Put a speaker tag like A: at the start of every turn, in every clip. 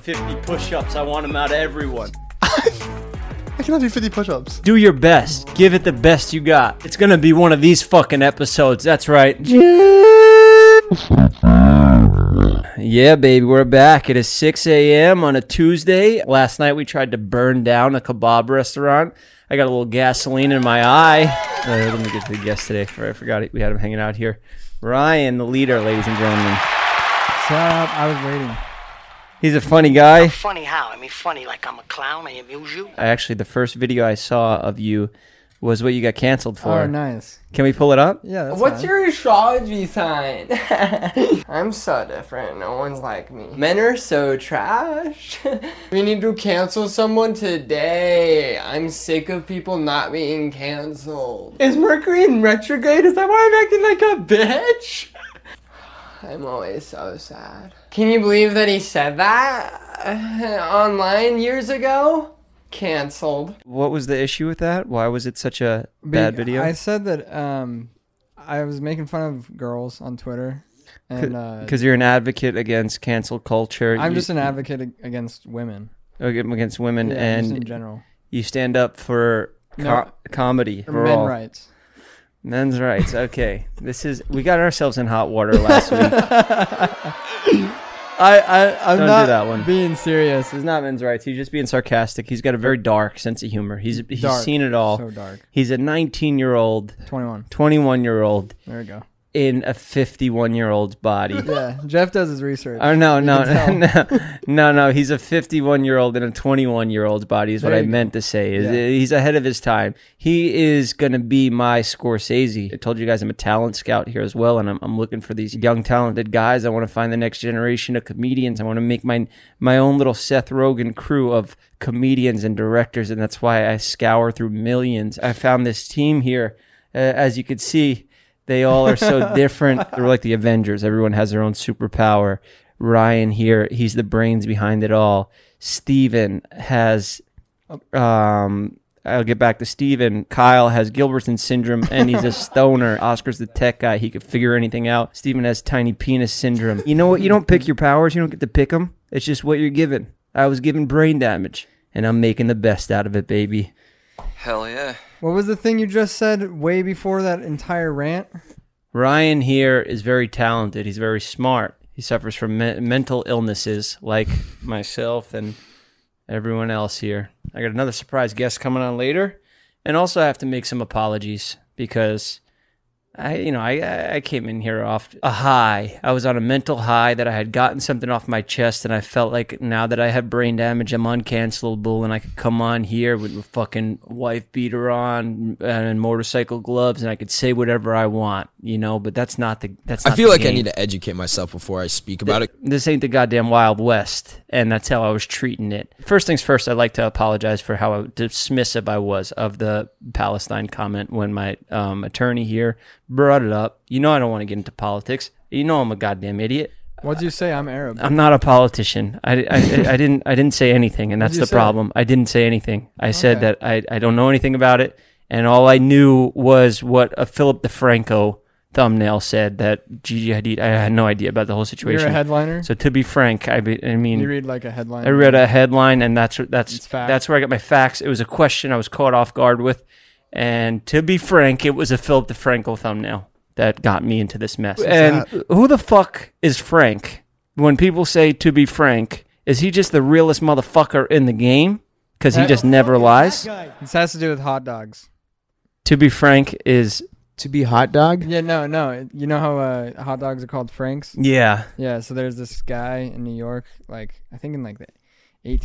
A: 50 push ups. I want them out of everyone.
B: I cannot do 50 push ups.
A: Do your best. Give it the best you got. It's going to be one of these fucking episodes. That's right. Yeah, baby, we're back. It is 6 a.m. on a Tuesday. Last night we tried to burn down a kebab restaurant. I got a little gasoline in my eye. Uh, let me get to the guest today. For I forgot it. we had him hanging out here. Ryan, the leader, ladies and gentlemen.
B: Stop. I was waiting.
A: He's a funny guy.
C: Funny how? I mean, funny like I'm a clown. I amuse you.
A: I actually the first video I saw of you was what you got canceled for.
B: Oh, nice.
A: Can we pull it up?
B: Yeah. That's
D: What's
B: fine.
D: your astrology sign? I'm so different. No one's like me. Men are so trash. we need to cancel someone today. I'm sick of people not being canceled. Is Mercury in retrograde? Is that why I'm acting like a bitch? I'm always so sad. Can you believe that he said that online years ago? Canceled.
A: What was the issue with that? Why was it such a bad
B: Be-
A: video?
B: I said that um, I was making fun of girls on Twitter, and uh,
A: Because you're an advocate against cancel culture.
B: I'm
A: You-
B: just an advocate ag- against women
A: against women,
B: yeah, just in
A: and
B: general.
A: you stand up for co-
B: No.
A: comedy
B: For
A: for
B: men
A: all.
B: rights.
A: Men's rights. Okay, this is we got ourselves in hot water last week.
B: I, I I'm
A: Don't do
B: not
A: that one.
B: being serious.
A: This is not men's rights. He's just being sarcastic. He's got a very dark sense of humor. He's he's
B: Dark.
A: seen it all.
B: So dark.
A: He's a 19 year old,
B: 21.
A: 21 year old
B: There we go.
A: in a 51 year old's body.
B: Yeah, Jeff does his research.
A: Oh no no
B: can
A: no no no! He's a 51 year old in a 21 year old's body is what
B: There
A: I
B: you go.
A: meant to say. Is
B: Yeah.
A: he's ahead of his time. He is gonna be my Scorsese. I told you guys I'm a talent scout here as well, and I'm, I'm looking for these young talented guys. I want to find the next generation of comedians. I want to make my my own little Seth Rogen crew of comedians and directors, and that's why I scour through millions. I found this team here, uh, as you could see. They all are so different. They're like the Avengers. Everyone has their own superpower. Ryan here, he's the brains behind it all. Steven has um I'll get back to Steven. Kyle has Gilbertson syndrome and he's a stoner. Oscar's the tech guy. He could figure anything out. Steven has tiny penis syndrome. You know what? You don't pick your powers. You don't get to pick them. It's just what you're given. I was given brain damage and I'm making the best out of it, baby.
E: Hell yeah.
B: What was the thing you just said way before that entire rant?
A: Ryan here is very talented. He's very smart. He suffers from me- mental illnesses like myself and everyone else here. I got another surprise guest coming on later, and also I have to make some apologies because I, you know, I- I I came in here off a high. I was on a mental high that I had gotten something off my chest, and I felt like now that I have brain damage, I'm uncancelable, and I could come on here with a fucking wife beater on and motorcycle gloves, and I could say whatever I want, you know. But that's not the that's. Not
F: I feel
A: the
F: like I
A: game.
F: need to educate myself before I speak about it.
A: This ain't the goddamn Wild West, and that's how I was treating it. First things first, I'd like to apologize for how dismissive I was of the Palestine comment when my um, attorney here brought it up. You know, I don't want to get into politics. You know, I'm a goddamn idiot.
B: What'd you say? I'm Arab.
A: I'm not a politician. I, I, I didn't I didn't say anything, and that's
B: you
A: the
B: say?
A: problem. I didn't say anything. I said
B: Okay.
A: that I, I don't know anything about it, and all I knew was what a Philip DeFranco thumbnail said that Gigi Hadid. I had no idea about the whole situation.
B: You're a headliner.
A: So to be frank, I, be, I
B: you
A: mean,
B: read like a headline.
A: I read a headline, and that's that's
B: It's fact.
A: that's where I got my facts. It was a question I was caught off guard with, and to be frank, it was a Philip DeFranco thumbnail that got me into this mess. and who the fuck is Frank? When people say to be frank, is he just the realest motherfucker in the game? Because he just never lies.
B: This has to do with hot dogs.
A: To be frank is
F: To be hot dog?
B: Yeah, no, no. it- You know how uh, hot dogs are called Franks?
A: yeah.
B: Yeah, so there's this guy in New York, like, I think in like the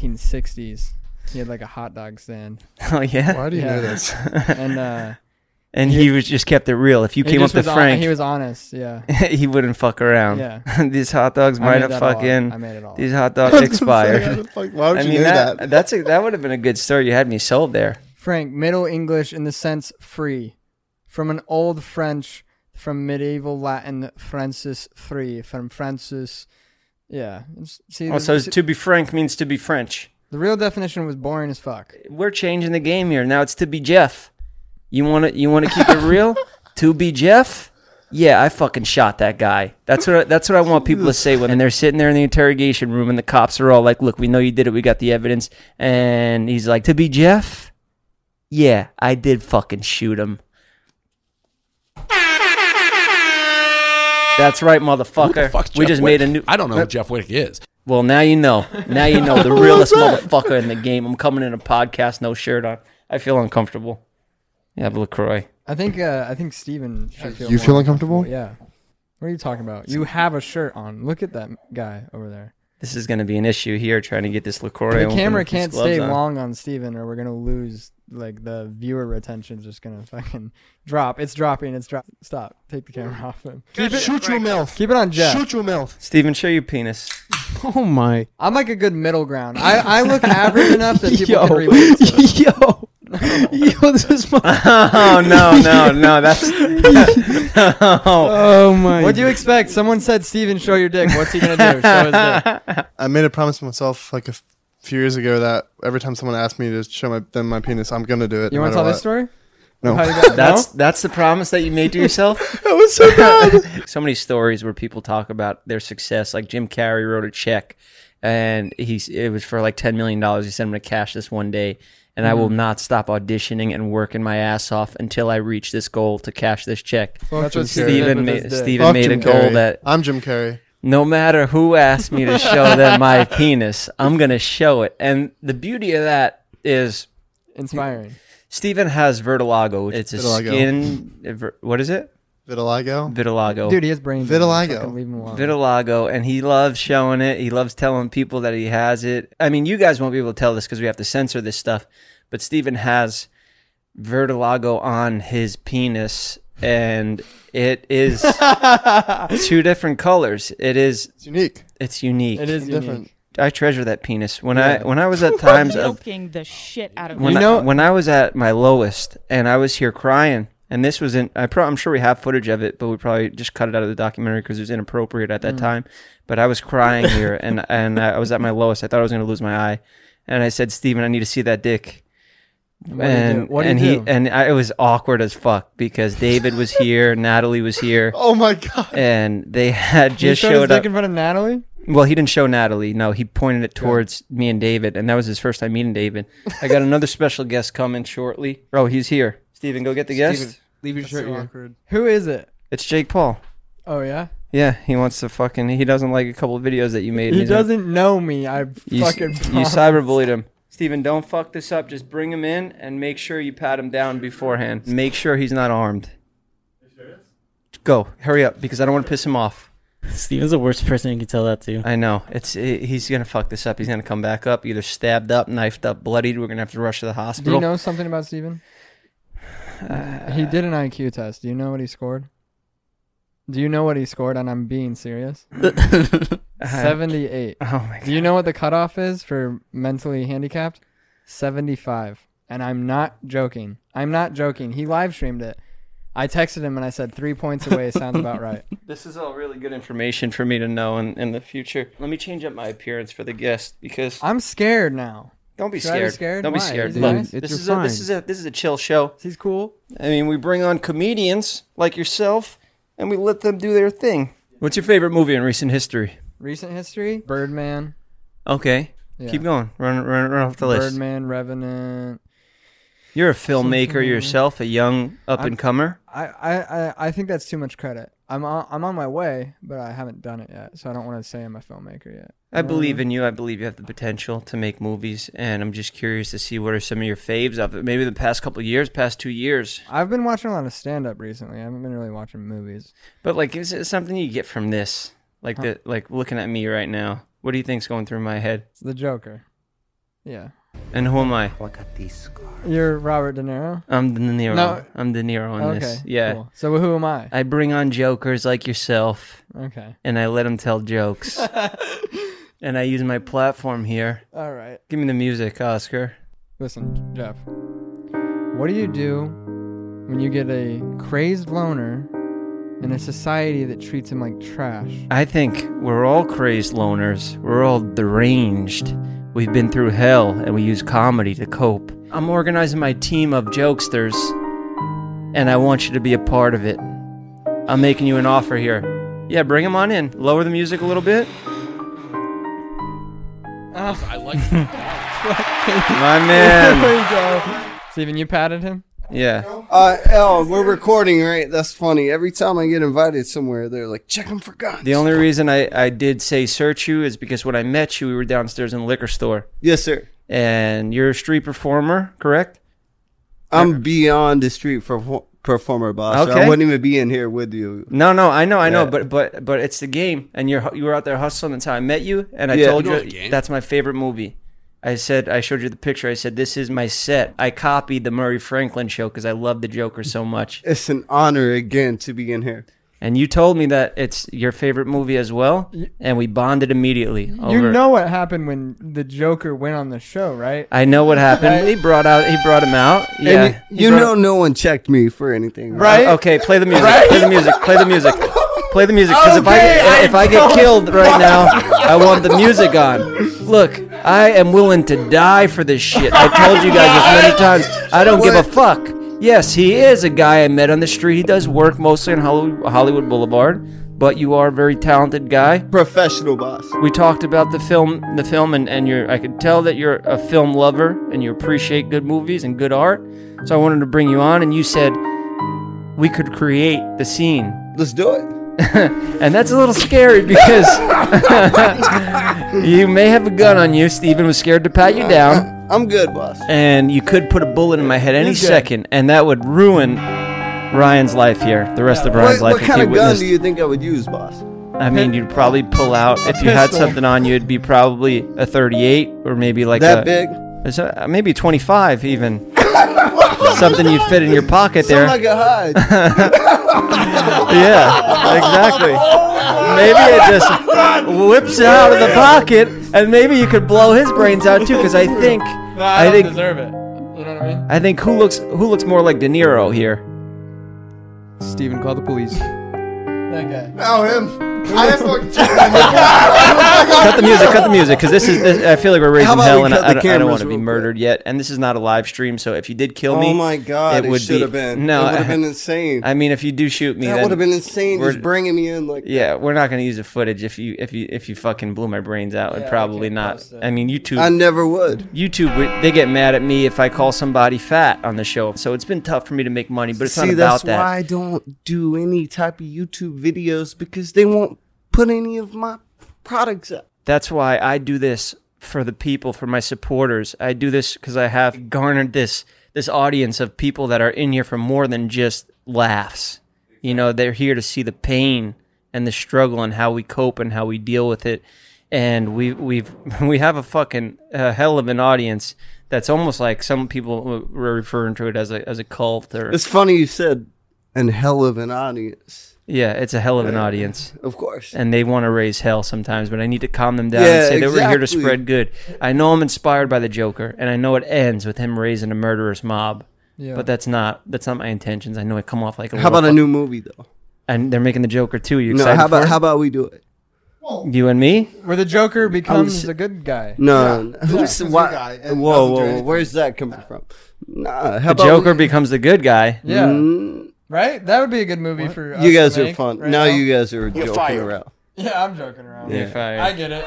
B: 1860s. He had like a hot dog stand.
A: Oh yeah.
G: Why do you
B: Yeah.
G: know this?
B: And uh,
A: And he was just kept it real. If you
B: he
A: came up
B: just
A: to
B: was hon-
A: Frank,
B: he was honest. Yeah.
A: he wouldn't fuck around.
B: Yeah.
A: These hot dogs
B: I
A: might
B: made
A: have
B: that all up.
A: fucking.
B: I made it all. up.
A: These hot dogs expired.
G: Like, why would
A: I
G: you
A: mean
G: know
A: that,
G: that?
A: that's a, that would have been a good story. You had me sold there.
B: Frank, Middle English in the sense free, from an old French, from medieval Latin, Francis free, from Francis. Yeah. it's- See, the,
A: Also,
B: see-
A: Oh, to be frank means to be French.
B: the real definition was boring as fuck.
A: We're changing the game here now. It's to be Jeff. You want to you want to keep it real? to be Jeff. yeah, I fucking shot that guy. That's what I, that's what I want people to say when they're sitting there in the interrogation room and the cops are all like, "Look, we know you did it. We got the evidence." And he's like, "To be Jeff, yeah, I did fucking shoot him." That's right, motherfucker.
E: Who the fuck's
A: we
E: Jeff
A: just
E: Wick?
A: made a new.
E: I don't know who Jeff Wick is.
A: Well, now you know. Now you know the realest motherfucker in the game. I'm coming in a podcast, no shirt on. I feel uncomfortable. Yeah, Lacroix.
B: I think uh, I think Steven should feel
G: You
B: more
G: feel uncomfortable?
B: Yeah. What are you talking about? You have a shirt on. Look at that guy over there.
A: This is going to be an issue here trying to get this Lacroix.
B: The
A: open
B: camera
A: with these
B: can't
A: gloves
B: stay
A: on.
B: long on Steven or we're gonna lose like the viewer retention's just gonna fucking drop. It's dropping, it's drop stop. Take the camera off him.
G: Keep it, shoot your mouth.
B: Keep it on Jeff.
G: Shoot your mouth.
A: Steven, show your penis.
F: Oh my.
B: I'm like a good middle ground. I, I look average enough that people can relate to it.
F: yo, yo, this is my.
A: Oh no, no, no! That's no.
F: Oh my.
B: What do you expect? Someone said Steven, show your dick. What's he gonna do? Show his dick.
G: I made a promise to myself like a f- few years ago that every time someone asked me to show my, them my penis, I'm gonna do it.
B: You
G: no
B: wanna
G: matter
B: tell
G: what.
B: this story?
G: No.
B: How you got-
A: That's
B: no?
A: that's the promise that you made to yourself.
G: that was so bad.
A: so many stories where people talk about their success. Like Jim Carrey wrote a check, and he's it was for like ten million dollars. He said, "I'm going to cash this one day, and I will
G: Mm-hmm.
A: not stop auditioning and working my ass off until I reach this goal to cash this check."
B: That's what Steven did
A: Steven
B: with
A: made,
B: his dick.
A: Steven
G: Fuck
A: made a
G: Jim
A: goal
G: Carrey.
A: that
G: I'm Jim Carrey.
A: no matter who asked me to show them my penis, I'm going to show it. And the beauty of that is
B: Inspiring.
A: Steven has vertigo. It's a
G: Vitiligo.
A: skin. a ver- What is it?
G: Vitiligo.
A: Vitiligo.
B: Dude, he has brain.
G: Vitiligo.
B: damage. Fucking Leave him alone.
A: Vitiligo, and he loves showing it. He loves telling people that he has it. I mean, you guys won't be able to tell this because we have to censor this stuff, but Steven has vertilago on his penis, and it is two different colors. It is.
G: It's unique.
A: It's unique.
B: it is
G: Different.
B: different.
A: I treasure that penis. When I when I was at times of
H: milking the shit out of
A: when
H: me.
A: I, when I was at my lowest and I was here crying, and this was in I pro, I'm sure we have footage of it, but we probably just cut it out of the documentary because it was inappropriate at
B: Mm.
A: that time. But I was crying here, and and I was at my lowest. I thought I was going to lose my eye, and I said, "Steven, I need to see that dick."
B: What do you do?
A: and
B: What do you
A: and
B: do?
A: he and I, it was awkward as fuck because David was here, Natalie was here,
G: Oh my god.
A: and they had
B: He
A: just
B: showed his
A: showed
B: dick
A: up.
B: in front of Natalie.
A: Well, he didn't show Natalie. No, he pointed it towards me and David, and that was his first time meeting David. I got another special guest coming shortly. Oh, he's here. Steven, go get the guest.
F: Leave your shirt here.
B: Who is it?
A: It's Jake Paul.
B: Oh yeah,
A: Yeah, he wants to fucking. He doesn't like a couple of videos that you made. and
B: he
A: he's gonna-
B: doesn't know me. I
A: You, s-
B: fucking.
A: you cyberbullied him. Steven, don't fuck this up. Just bring him in and make sure you pat him down beforehand. Make sure he's not armed. Go, hurry up because I don't want to piss him off.
I: Steven's the worst person you can tell that to.
A: I know it's it, he's gonna fuck this up. He's gonna come back up, either stabbed up, knifed up, bloodied. We're gonna have to rush to the
B: Do
A: hospital. Uh,
B: you know something about Steven? he did an IQ test. Do you know what he scored? Do you know what he scored? And I'm being serious.
A: Uh,
B: Seventy-eight.
A: Oh my god!
B: Do you know what the cutoff is for mentally handicapped? 75. And I'm not joking. I'm not joking. He live streamed it. I texted him and I said, three points away sounds about right.
A: This is all really good information for me to know in, in the future. Let me change up my appearance for the guest because
B: I'm scared now.
A: don't be
B: should I be
A: scared.
B: scared?
A: Don't be
B: Why?
A: scared.
B: Is he
A: Look,
B: nice?
F: It's-
A: this
F: you're
A: is a, this
F: fine.
A: is a this is a chill show.
B: He's cool.
A: I mean, we bring on comedians like yourself and we let them do their thing. What's your favorite movie in recent history?
B: Recent history Birdman.
A: Okay.
B: Yeah.
A: Keep going. Run, run, run off the list.
B: Birdman, Revenant.
A: You're a filmmaker yourself, a young up and comer.
B: I, I, I, I think that's too much credit. I'm on, I'm on my way, but I haven't done it yet. So I don't want to say I'm a filmmaker yet.
A: I believe in you. I believe you have the potential to make movies, and I'm just curious to see what are some of your faves of it. Maybe the past couple of years, past two years.
B: I've been watching a lot of stand up recently. I haven't been really watching movies.
A: But like, is it something you get from this? Like the like looking at me right now. What do you think's going through my head?
B: It's the Joker. Yeah.
A: And who am I?
B: You're Robert De Niro?
A: I'm De Niro.
B: No.
A: I'm De Niro on this. Yeah.
B: cool. So who am I?
A: I bring on jokers like yourself,
B: Okay.
A: and I let them tell jokes. and I use my platform here.
B: All right.
A: Give me the music, Oscar.
B: Listen, Jeff. What do you do when you get a crazed loner in a society that treats him like trash?
A: I think we're all crazed loners. We're all deranged. We've been through hell and we use comedy to cope. I'm organizing my team of jokesters and I want you to be a part of it. I'm making you an offer here. Yeah, bring him on in. Lower the music a little bit.
E: I like that.
A: My
B: there
A: man.
B: you go. Steven, you patted him?
A: Yeah.
H: Uh, oh, we're recording, right? That's funny. Every time I get invited somewhere, they're like, check them for guns.
A: The only reason I, I did say search you is because when I met you, we were downstairs in the liquor store.
H: yes, sir.
A: And you're a street performer, correct?
H: I'm beyond the street perfor- performer, boss.
A: Okay.
H: I wouldn't even be in here with you.
A: No, no, I know, I know,
H: Yeah.
A: but but but it's the game, and you're hu- you were out there hustling. That's how I met you, and I
H: Yeah.
A: told
E: You know
A: you
E: the game.
A: that's my favorite movie. I said I showed you the picture. I said this is my set. I copied the Murray Franklin show because I love the Joker so much,
H: It's an honor again to be in here.
A: and you told me that it's your favorite movie as well, and we bonded immediately. Over,
B: You know what happened when the Joker went on the show, right?
A: I know what happened. He brought out, he brought him out. Yeah,
H: And you, you know, no one checked me for anything, right?
B: Right?
A: Uh, Okay, play the music. Play the music. Play the music. Play the music. Because
B: Okay, I
A: if I, if I get killed right now, I want the music on. Look, I am willing to die for this shit. I told you guys this many times. I don't give a fuck. Yes, he is a guy I met on the street. He does work mostly on Hollywood Hollywood Boulevard, but you are a very talented guy.
H: Professional boss.
A: We talked about the film, the film, and, and you're, I could tell that you're a film lover and you appreciate good movies and good art. So I wanted to bring you on, and you said we could create the scene,
H: Let's do it.
A: and that's a little scary because you may have a gun on you. Steven was scared to pat you down,
H: I'm good, boss.
A: and you could put a bullet in my head any
B: You're good.
A: second, and that would ruin Ryan's life here, the rest of
H: What,
A: Ryan's life.
H: what
A: if
H: kind
A: he
H: of gun
A: witnessed- Uh,
H: do you think I would use, boss?
A: I mean, you'd probably pull out if you had
B: pistol.
A: something on you. It'd be probably a 38 or maybe like
H: That
A: a,
H: big?
A: It's a, maybe 25 even. Something you fit in your pocket there.
H: Something I could hide.
A: yeah, exactly. Maybe it just whips it out of the pocket, and maybe you could blow his brains out too. Because I think, I, think,
B: deserve it. You know what I mean?
A: I think who looks who looks more like De Niro here?
F: Steven, call the police.
B: That guy.
G: Now him. I have to check my
A: Cut the music, cut the music, because this is. This, I feel like we're raising
H: about
A: hell,
H: we
A: and
H: cut
A: I, I
H: the
A: don't, I don't
H: cameras
A: want to be
H: real quick?
A: murdered yet. And this is not a live stream, so if you did kill me,
H: oh my god,
A: it
H: it,
A: would
H: should
A: be-
H: have been.
A: No,
H: No, it would
A: I-
H: have been insane.
A: I mean, if you do shoot me,
H: that
A: then
H: would have been insane.
A: we're-
H: Just bringing me in like
A: Yeah, we're not gonna use the footage if you if you if you fucking blew my brains out.
B: Yeah,
A: and
B: we
A: probably
B: can't
A: not.
B: post it.
A: I mean, YouTube
H: I never would.
A: YouTube would- they get mad at me if I call somebody fat on the show. So it's been tough for me to make money, but it's
H: See,
A: not
H: that's
A: about that.
H: why I don't do any type of YouTube videos because they won't put any of my products up.
A: That's why I do this for the people, for my supporters. I do this because I have garnered this this audience of people that are in here for more than just laughs. You know, they're here to see the pain and the struggle and how we cope and how we deal with it. And we we've we have a fucking uh, hell of an audience that's almost like some people were referring to it as a as a cult or
H: It's funny you said, and hell of an audience,
A: yeah, it's a hell of an audience.
H: of course.
A: and they want to raise hell sometimes, but I need to calm them down and
H: Yeah,
A: say they were here to
H: exactly.
A: spread good. I know I'm inspired by the Joker, and I know it ends with him raising a murderous mob.
B: Yeah.
A: But that's not that's not my intentions. I know I come off like a
H: How
A: little
H: about a
A: fu-
H: new movie though?
A: and they're making the Joker too. You
H: No,
A: excited
H: how about
A: for
H: how about we do it?
A: it? you and me?
B: Where the Joker becomes
H: s-
B: the good guy.
H: No, no. who's
G: he's a
H: why-
G: guy
H: Whoa,
G: and
H: whoa,
G: doesn't do
H: whoa!
G: anything.
H: Where's that coming from? Nah, how
A: The
H: about
A: Joker
H: we-
A: becomes the good guy.
B: Yeah.
H: Mm,
B: Right? That would be a good movie for us
H: you guys
B: to
H: are
B: make
H: fun.
B: right
H: now you guys are joking
E: fired.
H: around.
B: Yeah, I'm joking around.
A: You're fired.
B: I get it.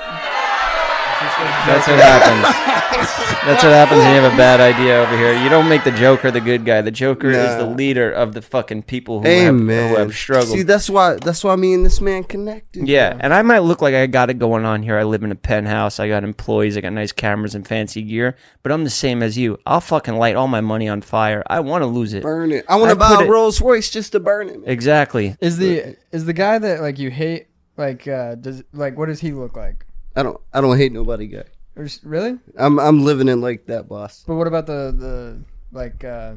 A: That's what happens. That's what happens when you have a bad idea over here. You don't make the Joker the good guy. The Joker is
H: Nah.
A: the leader of the fucking people who, have, who
H: Amen.
A: have struggled.
H: See, that's why that's why me and this man connected.
A: Yeah, and I might look like I got it going on here. I live in a penthouse. I got employees. I got nice cameras and fancy gear. But I'm the same as you. I'll fucking light all my money on fire. I want to lose it.
H: burn it. I want
A: I
H: to buy
A: put
H: a
A: it-
H: Rolls Royce just to burn it. man.
A: Exactly.
B: Is the is the guy that like you hate like uh does like what does he look like?
H: I don't. I don't hate nobody, guy.
B: Or s- really?
H: I'm I'm living it like that, boss.
B: But what about the the like uh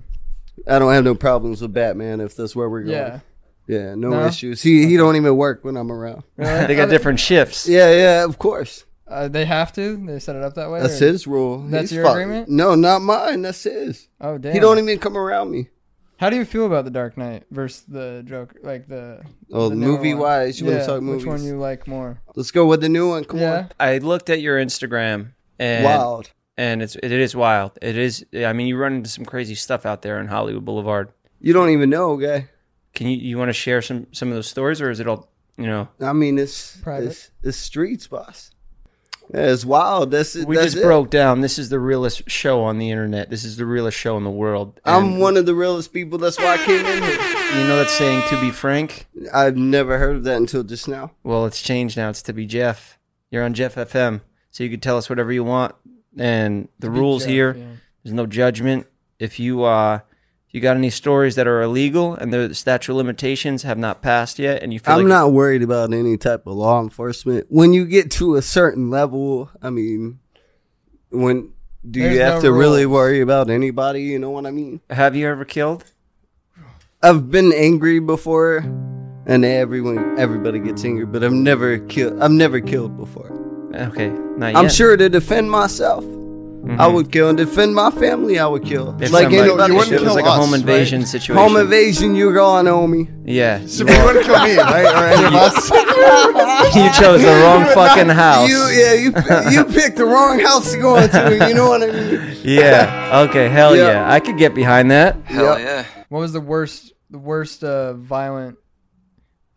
H: I don't have no problems with Batman if that's where we're going.
B: yeah.
H: Yeah, no,
B: No?
H: issues. He he don't even work when I'm around.
B: Really?
A: They
B: Are
A: got different shifts.
H: Yeah, yeah, of course.
B: Uh, they have to. They set it up that way.
H: That's
B: or-
H: his rule.
B: That's
H: He's
B: your
H: fu-
B: agreement?
H: No, not mine. That's his.
B: Oh damn.
H: He don't even come around me.
B: How do you feel about the Dark Knight versus the Joker? Like the
H: Oh,
B: the newer
H: movie
B: one?
H: wise, you want
B: Yeah,
H: to talk
B: Which one
H: movies?
B: you like more?
H: Let's go with the new one. Come
B: yeah.
A: I looked at your Instagram
H: on,
A: and
H: wild.
A: and it's it is wild. It is. I mean, you run into some crazy stuff out there on Hollywood Boulevard.
H: You don't even know, guy.
A: Can you you want to share some some of those stories, or is it all you know?
H: I mean, it's
B: Private.
H: it's, it's streets, boss. Yeah, it's wild. That's it.
A: We
H: that's
A: just
H: it.
A: broke down. This is the realest show on the internet. This is the realest show in the world.
H: I'm
A: And
H: one of the realest people. That's why I came in here.
A: You know that saying, "To be frank."
H: I've never heard of that until just now.
A: Well, it's changed now. It's to be Jeff. You're on Jeff FM, so you can tell us whatever you want. And the rules
B: Jeff,
A: here,
B: yeah.
A: there's no judgment. If you uh, if you got any stories that are illegal and the statute of limitations have not passed yet, and you feel
H: I'm
A: like
H: not worried about any type of law enforcement. When you get to a certain level, I mean, when do
B: There's
H: you have
B: no
H: to really
B: rules.
H: worry about anybody? You know what I mean?
A: have you ever killed?
H: I've been angry before, and everyone, everybody gets angry, but I've never killed. I've never killed before.
A: Okay, not
H: I'm
A: yet. Mm-hmm.
H: sure to defend myself. I would kill and defend my family. I would kill.
A: If
H: like
A: somebody-
H: anybody
G: You
A: it
G: wouldn't
A: was
H: should.
G: kill
A: like a
G: us,
A: home
G: right?
A: invasion situation.
H: Home invasion, you gone, homie.
A: Yeah,
G: So you wouldn't kill me, right? Or any of us?
A: you chose the wrong fucking house.
H: You yeah, you you picked the wrong house to go into. You know what I mean?
A: yeah. Okay. Hell
H: Yeah.
A: yeah. I could get behind that.
H: Hell
B: What was the worst the worst uh, violent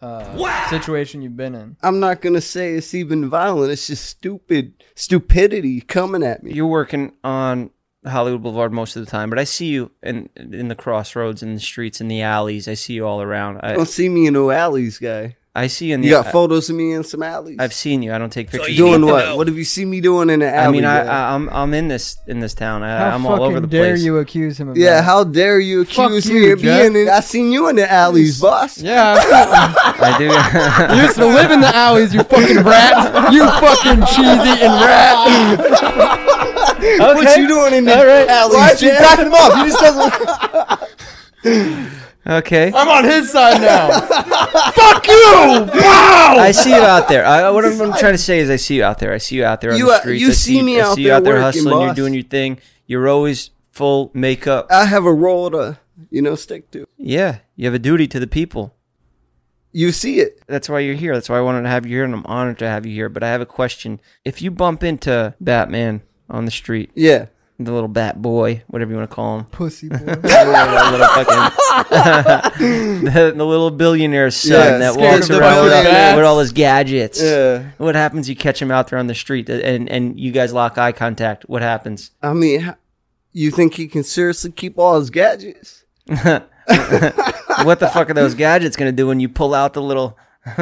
B: uh, situation you've been in?
H: I'm not gonna say it's even violent. It's just stupid stupidity coming at me.
A: You're working on Hollywood Boulevard most of the time, but I see you in in the crossroads, in the streets, in the alleys. I see you all around. I,
H: Don't see me in no alleys, guy.
A: I see you in the.
H: You got
A: I-
H: photos of me in some alleys.
A: I've seen you. I don't take pictures.
H: doing what? What have you seen me doing in the alley?
A: I mean, I,
H: guy?
A: I, I'm I'm in this in this town. I,
B: How
A: I'm
B: fucking
A: all over the
B: dare
A: place.
B: you accuse him of
H: yeah,
B: that?
H: how dare you accuse
B: Fuck
H: me
B: you,
H: of
B: Jeff.
H: being in? I seen you in the alleys, boss.
B: yeah,
A: I do.
B: you used to live in the alleys, you fucking rat, you fucking cheese-eating rat.
H: What you doing in the alleys, Jeff?
G: him up. He just doesn't.
A: okay.
H: Oh.
B: I'm on his side now.
A: I see you out there. I, what I'm, I'm trying to say is, I see you out there. I see you out there on
H: You
A: the
H: out-
A: streets.
H: you
A: I
H: see me
A: I
H: out
A: see you
H: there
A: out there
H: working,
A: hustling. You're
H: boss. Uh,
A: doing your thing. You're always full makeup.
H: I have a role to, you know, stick to.
A: Yeah, you have a duty to the people.
H: You see it.
A: That's why you're here. That's why I wanted to have you here, and I'm honored to have you here. But I have a question. If you bump into Batman on the street,
H: Yeah.
A: the little Bat Boy, whatever you want to call him,
B: Pussy boy.
A: the little fucking- the, the little billionaire son
H: Yeah,
A: that
H: scared
A: walks
H: of the
A: around with, all-
H: billionaire.
A: with all his gadgets.
H: Yeah.
A: What happens? You catch him out there on the street, uh, and and you guys lock eye contact. What happens?
H: I mean, h- you think he can seriously keep all his gadgets?
A: What the fuck are those gadgets gonna do when you pull out the little?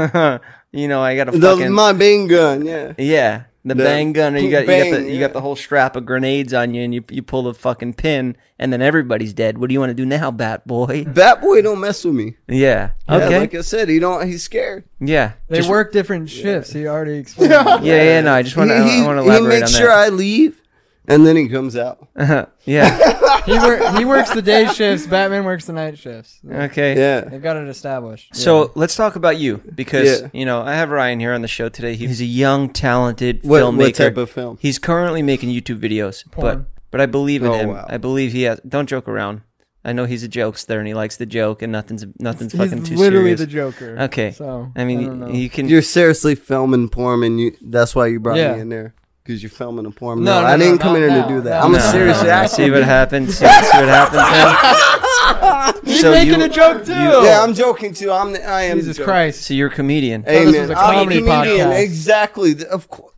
A: you know, I got a
H: The,
A: fucking
H: my bang gun, yeah.
A: yeah. The bang gun, or you got you got the
H: bang,
A: you
H: yeah.
A: got the whole strap of grenades on you, and you you pull the fucking pin, and then everybody's dead. What do you want to do now, Bat Boy?
H: That boy don't mess with me.
A: Yeah.
H: Yeah,
A: Okay. Yeah.
H: like I said, he don't. He's scared.
B: They
A: Just-
B: work different shifts. He already explained.
A: Yeah, yeah, no, I just want to.
H: he,
A: I want to elaborate
H: he makes
A: on
H: sure
A: that.
H: I leave, and then he comes out.
A: yeah.
B: He, wor- he works the day shifts. Batman works the night shifts.
A: Okay.
H: Yeah.
B: They've got it established.
A: So let's talk about you because
H: Yeah.
A: you know I have Ryan here on the show today. He's a young, talented
H: What-
A: filmmaker.
H: what type of film?
A: He's currently making YouTube videos,
B: Porn.
A: but but I believe in
H: Oh,
A: him.
H: wow.
A: I believe he has. Don't joke around. I know he's a jokester and he likes the joke, and nothing's nothing's
B: he's
A: fucking too
B: literally
A: serious.
B: the Joker.
A: Okay.
B: So
A: I mean,
B: don't know.
A: you can.
H: You're seriously filming porn, and you, that's why you brought
B: Yeah.
H: me in there because you're filming a porn.
B: No,
H: No,
B: no,
H: I
B: no,
H: didn't come
B: not
H: in here
B: now.
H: to do that.
B: No,
H: I'm
B: no,
H: a serious
B: no.
H: actor.
A: See what happens. See, see what happens now.
B: he's
A: so
B: making
A: you-
B: a joke too.
H: Yeah, I'm joking too. I'm. The, I am.
B: Jesus
H: joking.
B: Christ.
A: So you're a comedian.
H: Hey,
B: this
H: man,
B: was a
H: I'm
B: comedy
H: comedian.
B: podcast.
H: Exactly. Th- Of course.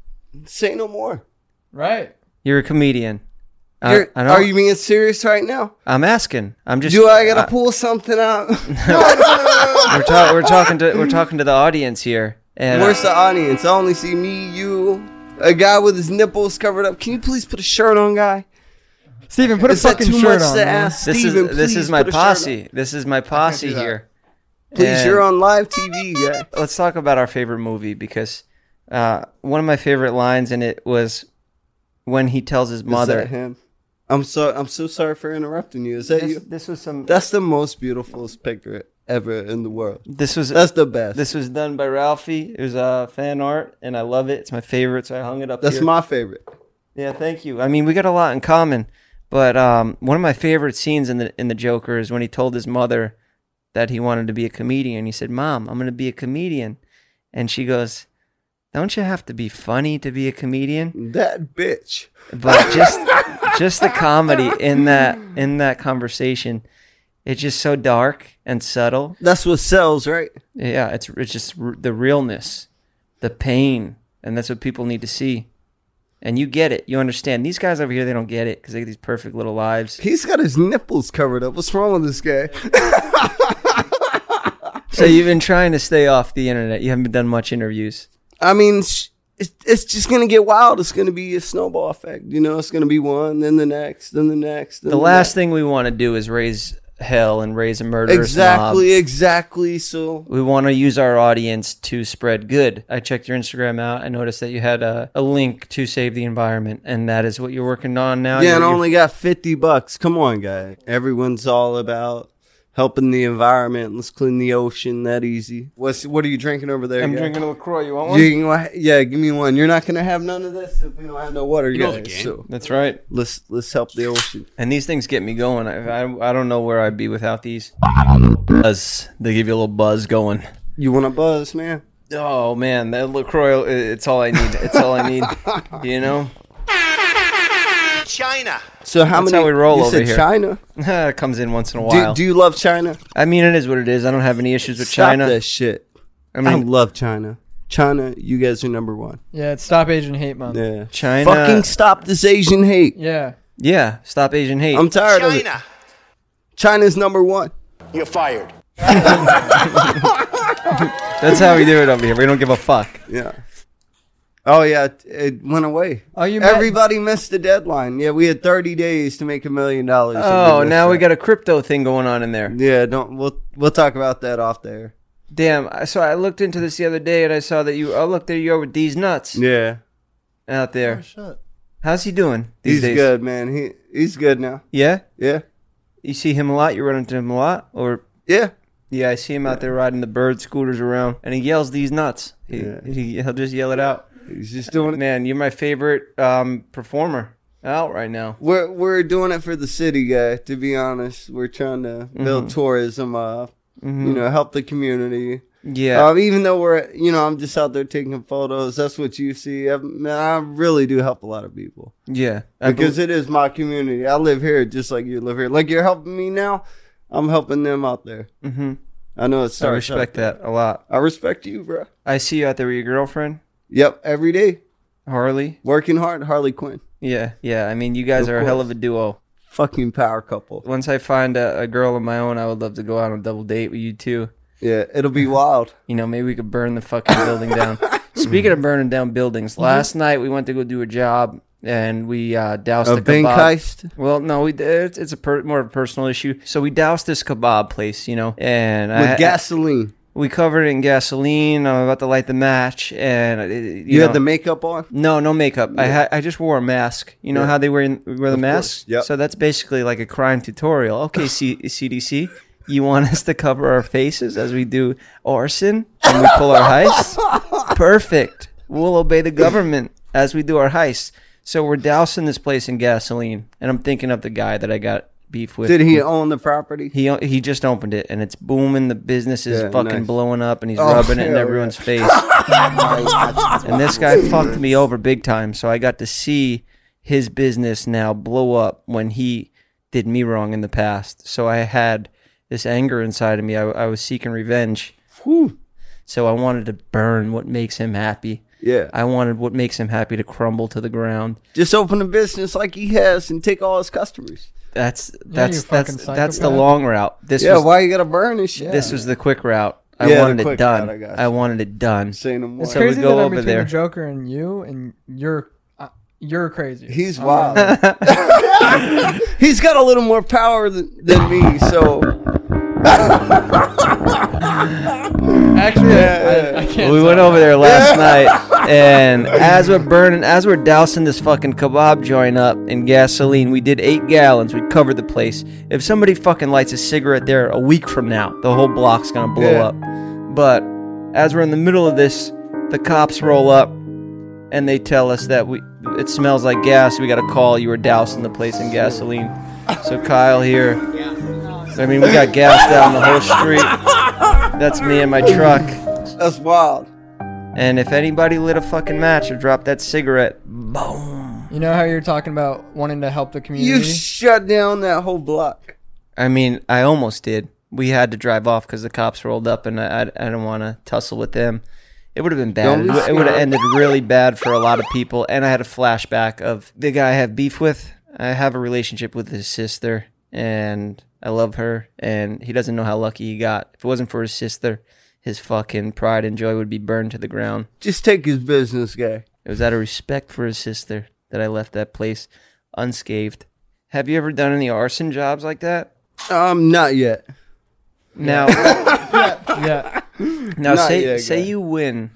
H: Say no more.
B: Right.
A: You're a comedian. I-
H: You're-
A: I don't-
H: are you being serious right now?
A: I'm asking. I'm just. uh,
H: Do I gotta pull something out?
A: We're, ta- we're talking to we're talking to the audience here, and
H: Where's the audience? I only see me, you, a guy with his nipples covered up. Can you please put a shirt on, guy?
B: Steven, put a
H: Is that
B: fucking
H: too
B: shirt
H: much
B: on.
H: to
B: man.
H: ask?
A: this
H: Steven,
A: is this
H: please
A: is my
H: put a shirt on.
A: posse. This is my posse
G: do that.
A: here.
H: Please,
A: And-
H: you're on live TV, guy.
A: Let's talk about our favorite movie because uh, one of my favorite lines in it was when he tells his
H: Is that
A: mother.
H: him? I'm so I'm so sorry for interrupting you. Is that
A: This,
H: you?
A: this was some.
H: That's the most beautiful picture ever in the world.
A: This was
H: That's the best.
A: this was done by Ralphie. It was uh, fan art, and I love it. It's my favorite, so I hung it up.
H: That's
A: here.
H: my favorite.
A: Yeah, thank you. I mean, we got a lot in common, but um, one of my favorite scenes in the in the Joker is when he told his mother that he wanted to be a comedian. He said, "Mom, I'm going to be a comedian," and she goes, "Don't you have to be funny to be a comedian?"
H: That bitch.
A: But just just the comedy in that in that conversation, It's just so dark and subtle.
H: That's what sells, right?
A: Yeah, it's it's just r- the realness, the pain, and that's what people need to see. And you get it. You understand. These guys over here, they don't get it because they get these perfect little lives.
H: He's got his nipples covered up. What's wrong with this guy?
A: So you've been trying to stay off the internet. You haven't done much interviews.
H: I mean, sh- it's, it's just gonna get wild. It's gonna be a snowball effect. You know, it's gonna be one, then the next, then the next. Then
A: The last thing we want to do is raise hell and raise a
H: next.
A: murderous mob.
H: exactly, exactly. So
A: We want to use our audience to spread good. I checked your Instagram out. I noticed that you had a, a link to save the environment, and that is what you're working on now.
H: yeah, and I
A: Oh, You're-
H: only got fifty bucks. Come on, guy. Everyone's all about helping the environment. Let's clean the ocean. That easy. What's what are you drinking over there?
D: I'm
H: guy?
D: drinking a LaCroix. You want one?
H: You can wa- yeah, give me one. You're not gonna have none of this if we don't have no water,
E: know the
H: guys.
E: game.
H: So
A: That's right.
H: let's let's help the ocean.
A: And these things get me going. I, I, I don't know where I'd be without these. Buzz. They give you a little buzz going.
H: You want to buzz, man?
A: Oh man, that Lacroix. It's all I need. It's all I need. You know,
H: So how
A: That's
H: many?
A: how we roll
H: you
A: over
H: said
A: here.
H: China.
A: it comes in once in a
H: Do,
A: while.
H: do you love China?
A: I mean, it is what it is. I don't have any issues with China.
H: Stop that shit.
A: I
H: I,
A: mean,
H: love China. China, you guys are number one.
B: Yeah, it's Stop Asian Hate Month. Yeah.
H: Yeah.
A: China.
H: Fucking stop this Asian hate.
A: yeah. Stop Asian hate.
H: I'm tired of it. China's number one.
A: That's how we do it over here. We don't give a fuck.
H: Yeah. Oh yeah, it- it went away.
A: Oh,
B: Are you mad-
H: Everybody missed the deadline. Yeah, we had 30 days to make a million dollars. and
A: Oh,
H: missed
A: now we
H: that.
A: got a crypto thing going on in there.
H: Yeah, don't we'll we'll talk about that off there.
A: Damn. I- So I looked into this the other day and I saw that you. Oh, look, there you are with these nuts
H: Yeah.
A: out there. How's he doing these
H: He's
A: days?
H: good, man. He he's good now.
A: Yeah.
H: Yeah.
A: You see him a lot. You run into him a lot, or
H: Yeah.
A: Yeah, I see him out there riding the bird scooters around, and he yells these nuts. He,
H: Yeah.
A: he, he'll just yell it out.
H: He's just doing it.
A: Man, you're my favorite um, performer out right now.
H: We're we're doing it for the city, guy, to be honest. We're trying to
A: Mm-hmm.
H: build tourism up, you know, help the community.
A: Yeah,
H: Um, even though we're, you know, I'm just out there taking photos. That's what you see. I, man, I really do help a lot of people
A: yeah. I
H: because it is my community. I live here just like you live here. Like you're helping me now, I'm helping them out there.
A: bel- mhm.
H: I know it's
A: I
H: starts out
A: respect
H: there.
A: that a lot.
H: I respect you, bro.
A: I see you out there with your girlfriend
H: Yep, every day
A: Harley.
H: working hard. Harley Quinn,
A: Yeah, yeah. I mean, you guys
H: Of
A: are a hell of
H: course.
A: a duo.
H: fucking power couple.
A: Once I find a, a girl of my own, I would love to go out on a double date with you two.
H: Yeah, it'll be wild.
A: You know, maybe we could burn the fucking building down. Speaking of burning down buildings,
H: Mm-hmm.
A: last night we went to go do a job and we uh, doused
H: A
A: the
H: bank
A: kebab.
H: heist.
A: Well, no, we it's, it's a per, more of a personal issue. So we doused this kebab place, you know, and
H: with
A: I,
H: gasoline.
A: we covered it in gasoline. I'm about to light the match, and it, it- you,
H: You,
A: know,
H: had the makeup on.
A: no, no makeup. I ha- I just wore a mask. You know how they wear wear the mask.
H: yep.
A: So that's basically like a crime tutorial. Okay, C- CDC, you want us to cover our faces as we do arson and we pull our heists? Perfect. We'll obey the government as we do our heists. So we're dousing this place in gasoline, and I'm thinking of the guy that I got beef with.
H: Did he own the property?
A: He he just opened it and it's booming. The business is
H: Yeah,
A: fucking
H: nice.
A: blowing up, and he's rubbing it in
H: hell
A: everyone's face. Oh, and this guy fucked me over big time. So I got to see his business now blow up when he did me wrong in the past. So I had this anger inside of me. I, I was seeking revenge.
H: Whew.
A: So I wanted to burn what makes him happy.
H: Yeah.
A: I wanted what makes him happy to crumble to the ground.
H: Just open a business like he has and take all his customers.
A: That's
B: you
A: that's
B: fucking
A: that's that's the
B: psychopath.
A: long route. This
H: Yeah,
A: was
H: why you gotta burn his shit?
A: This was the quick route. I
H: Yeah, the
A: wanted it
H: quick
A: done.
H: route, I got
A: I,
H: you.
A: wanted it done.
H: Say no more.
B: It's
A: So we
B: crazy
A: go
B: that I'm
A: over
B: between
A: there.
B: the Joker and you, and you're uh, you're crazy.
H: He's
B: I'm
H: wild.
B: not-
H: He's got a little more power than, than me, so
B: Actually,
H: Yeah,
B: I, I can't.
A: We
B: tell.
A: went over there last night, and as we're burning, as we're dousing this fucking kebab joint up in gasoline, we did eight gallons. We covered the place. If somebody fucking lights a cigarette there a week from now, the whole block's gonna blow
H: Yeah.
A: up. But as we're in the middle of this, the cops roll up, and they tell us that we it smells like gas. We got a call. You were dousing the place in gasoline. So Kyle here. I mean, we got gas down the whole street. That's me and my truck.
H: that's wild.
A: And if anybody lit a fucking match or dropped that cigarette, boom. Mm-hmm.
B: You know how you're talking about wanting to help the community.
H: You shut down that whole block.
A: I mean, I almost did. We had to drive off because the cops rolled up, and I, I, I didn't want to tussle with them. It would have been bad.
H: Don't
A: It,
H: be
A: would have
H: smart.
A: ended really bad for a lot of people. And I had a flashback of the guy I have beef with. I have a relationship with his sister, and I love her. And he doesn't know how lucky he got. If it wasn't for his sister, his fucking pride and joy would be burned to the ground.
H: Just take his business, guy.
A: It was out of respect for his sister that I left that place unscathed. Have you ever done any arson jobs like that?
H: Um, not yet.
A: Now,
B: Yeah.
A: now
H: Not
A: say
H: yet,
A: say
H: guy.
A: you win,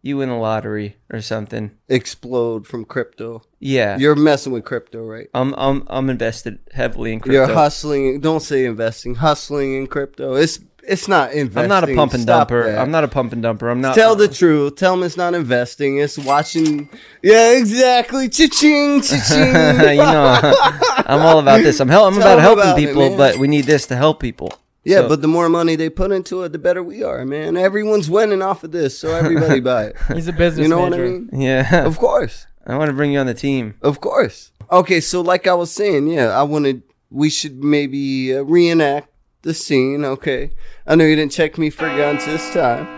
A: you win the lottery or something.
H: Explode from crypto.
A: Yeah,
H: You're messing with crypto, right?
A: I'm I'm I'm invested heavily in
H: You're
A: crypto.
H: hustling. Don't say investing. Hustling in crypto. It's it's not investing.
A: I'm not a pump and
H: Stop
A: dumper.
H: that.
A: I'm not a pump and dumper. I'm not.
H: Tell the truth. Tell them it's not investing. It's watching. Yeah, exactly. Cha-ching,
A: you
H: cha-ching.
A: know, I'm all about this. I'm hel- I'm
H: Tell
A: about
H: 'em
A: helping
H: about it,
A: people,
H: man.
A: but we need this to help people.
H: yeah,
A: So-
H: but the more money they put into it, the better we are, man. Everyone's winning off of this, so everybody buy it.
B: He's a business
H: You know what I
B: major.
H: mean?
A: yeah,
H: Of course.
A: I want to bring you on the team.
H: Of course. Okay, so like I was saying, yeah, I wanted we should maybe uh, reenact the scene. Okay, I know you didn't check me for guns this time,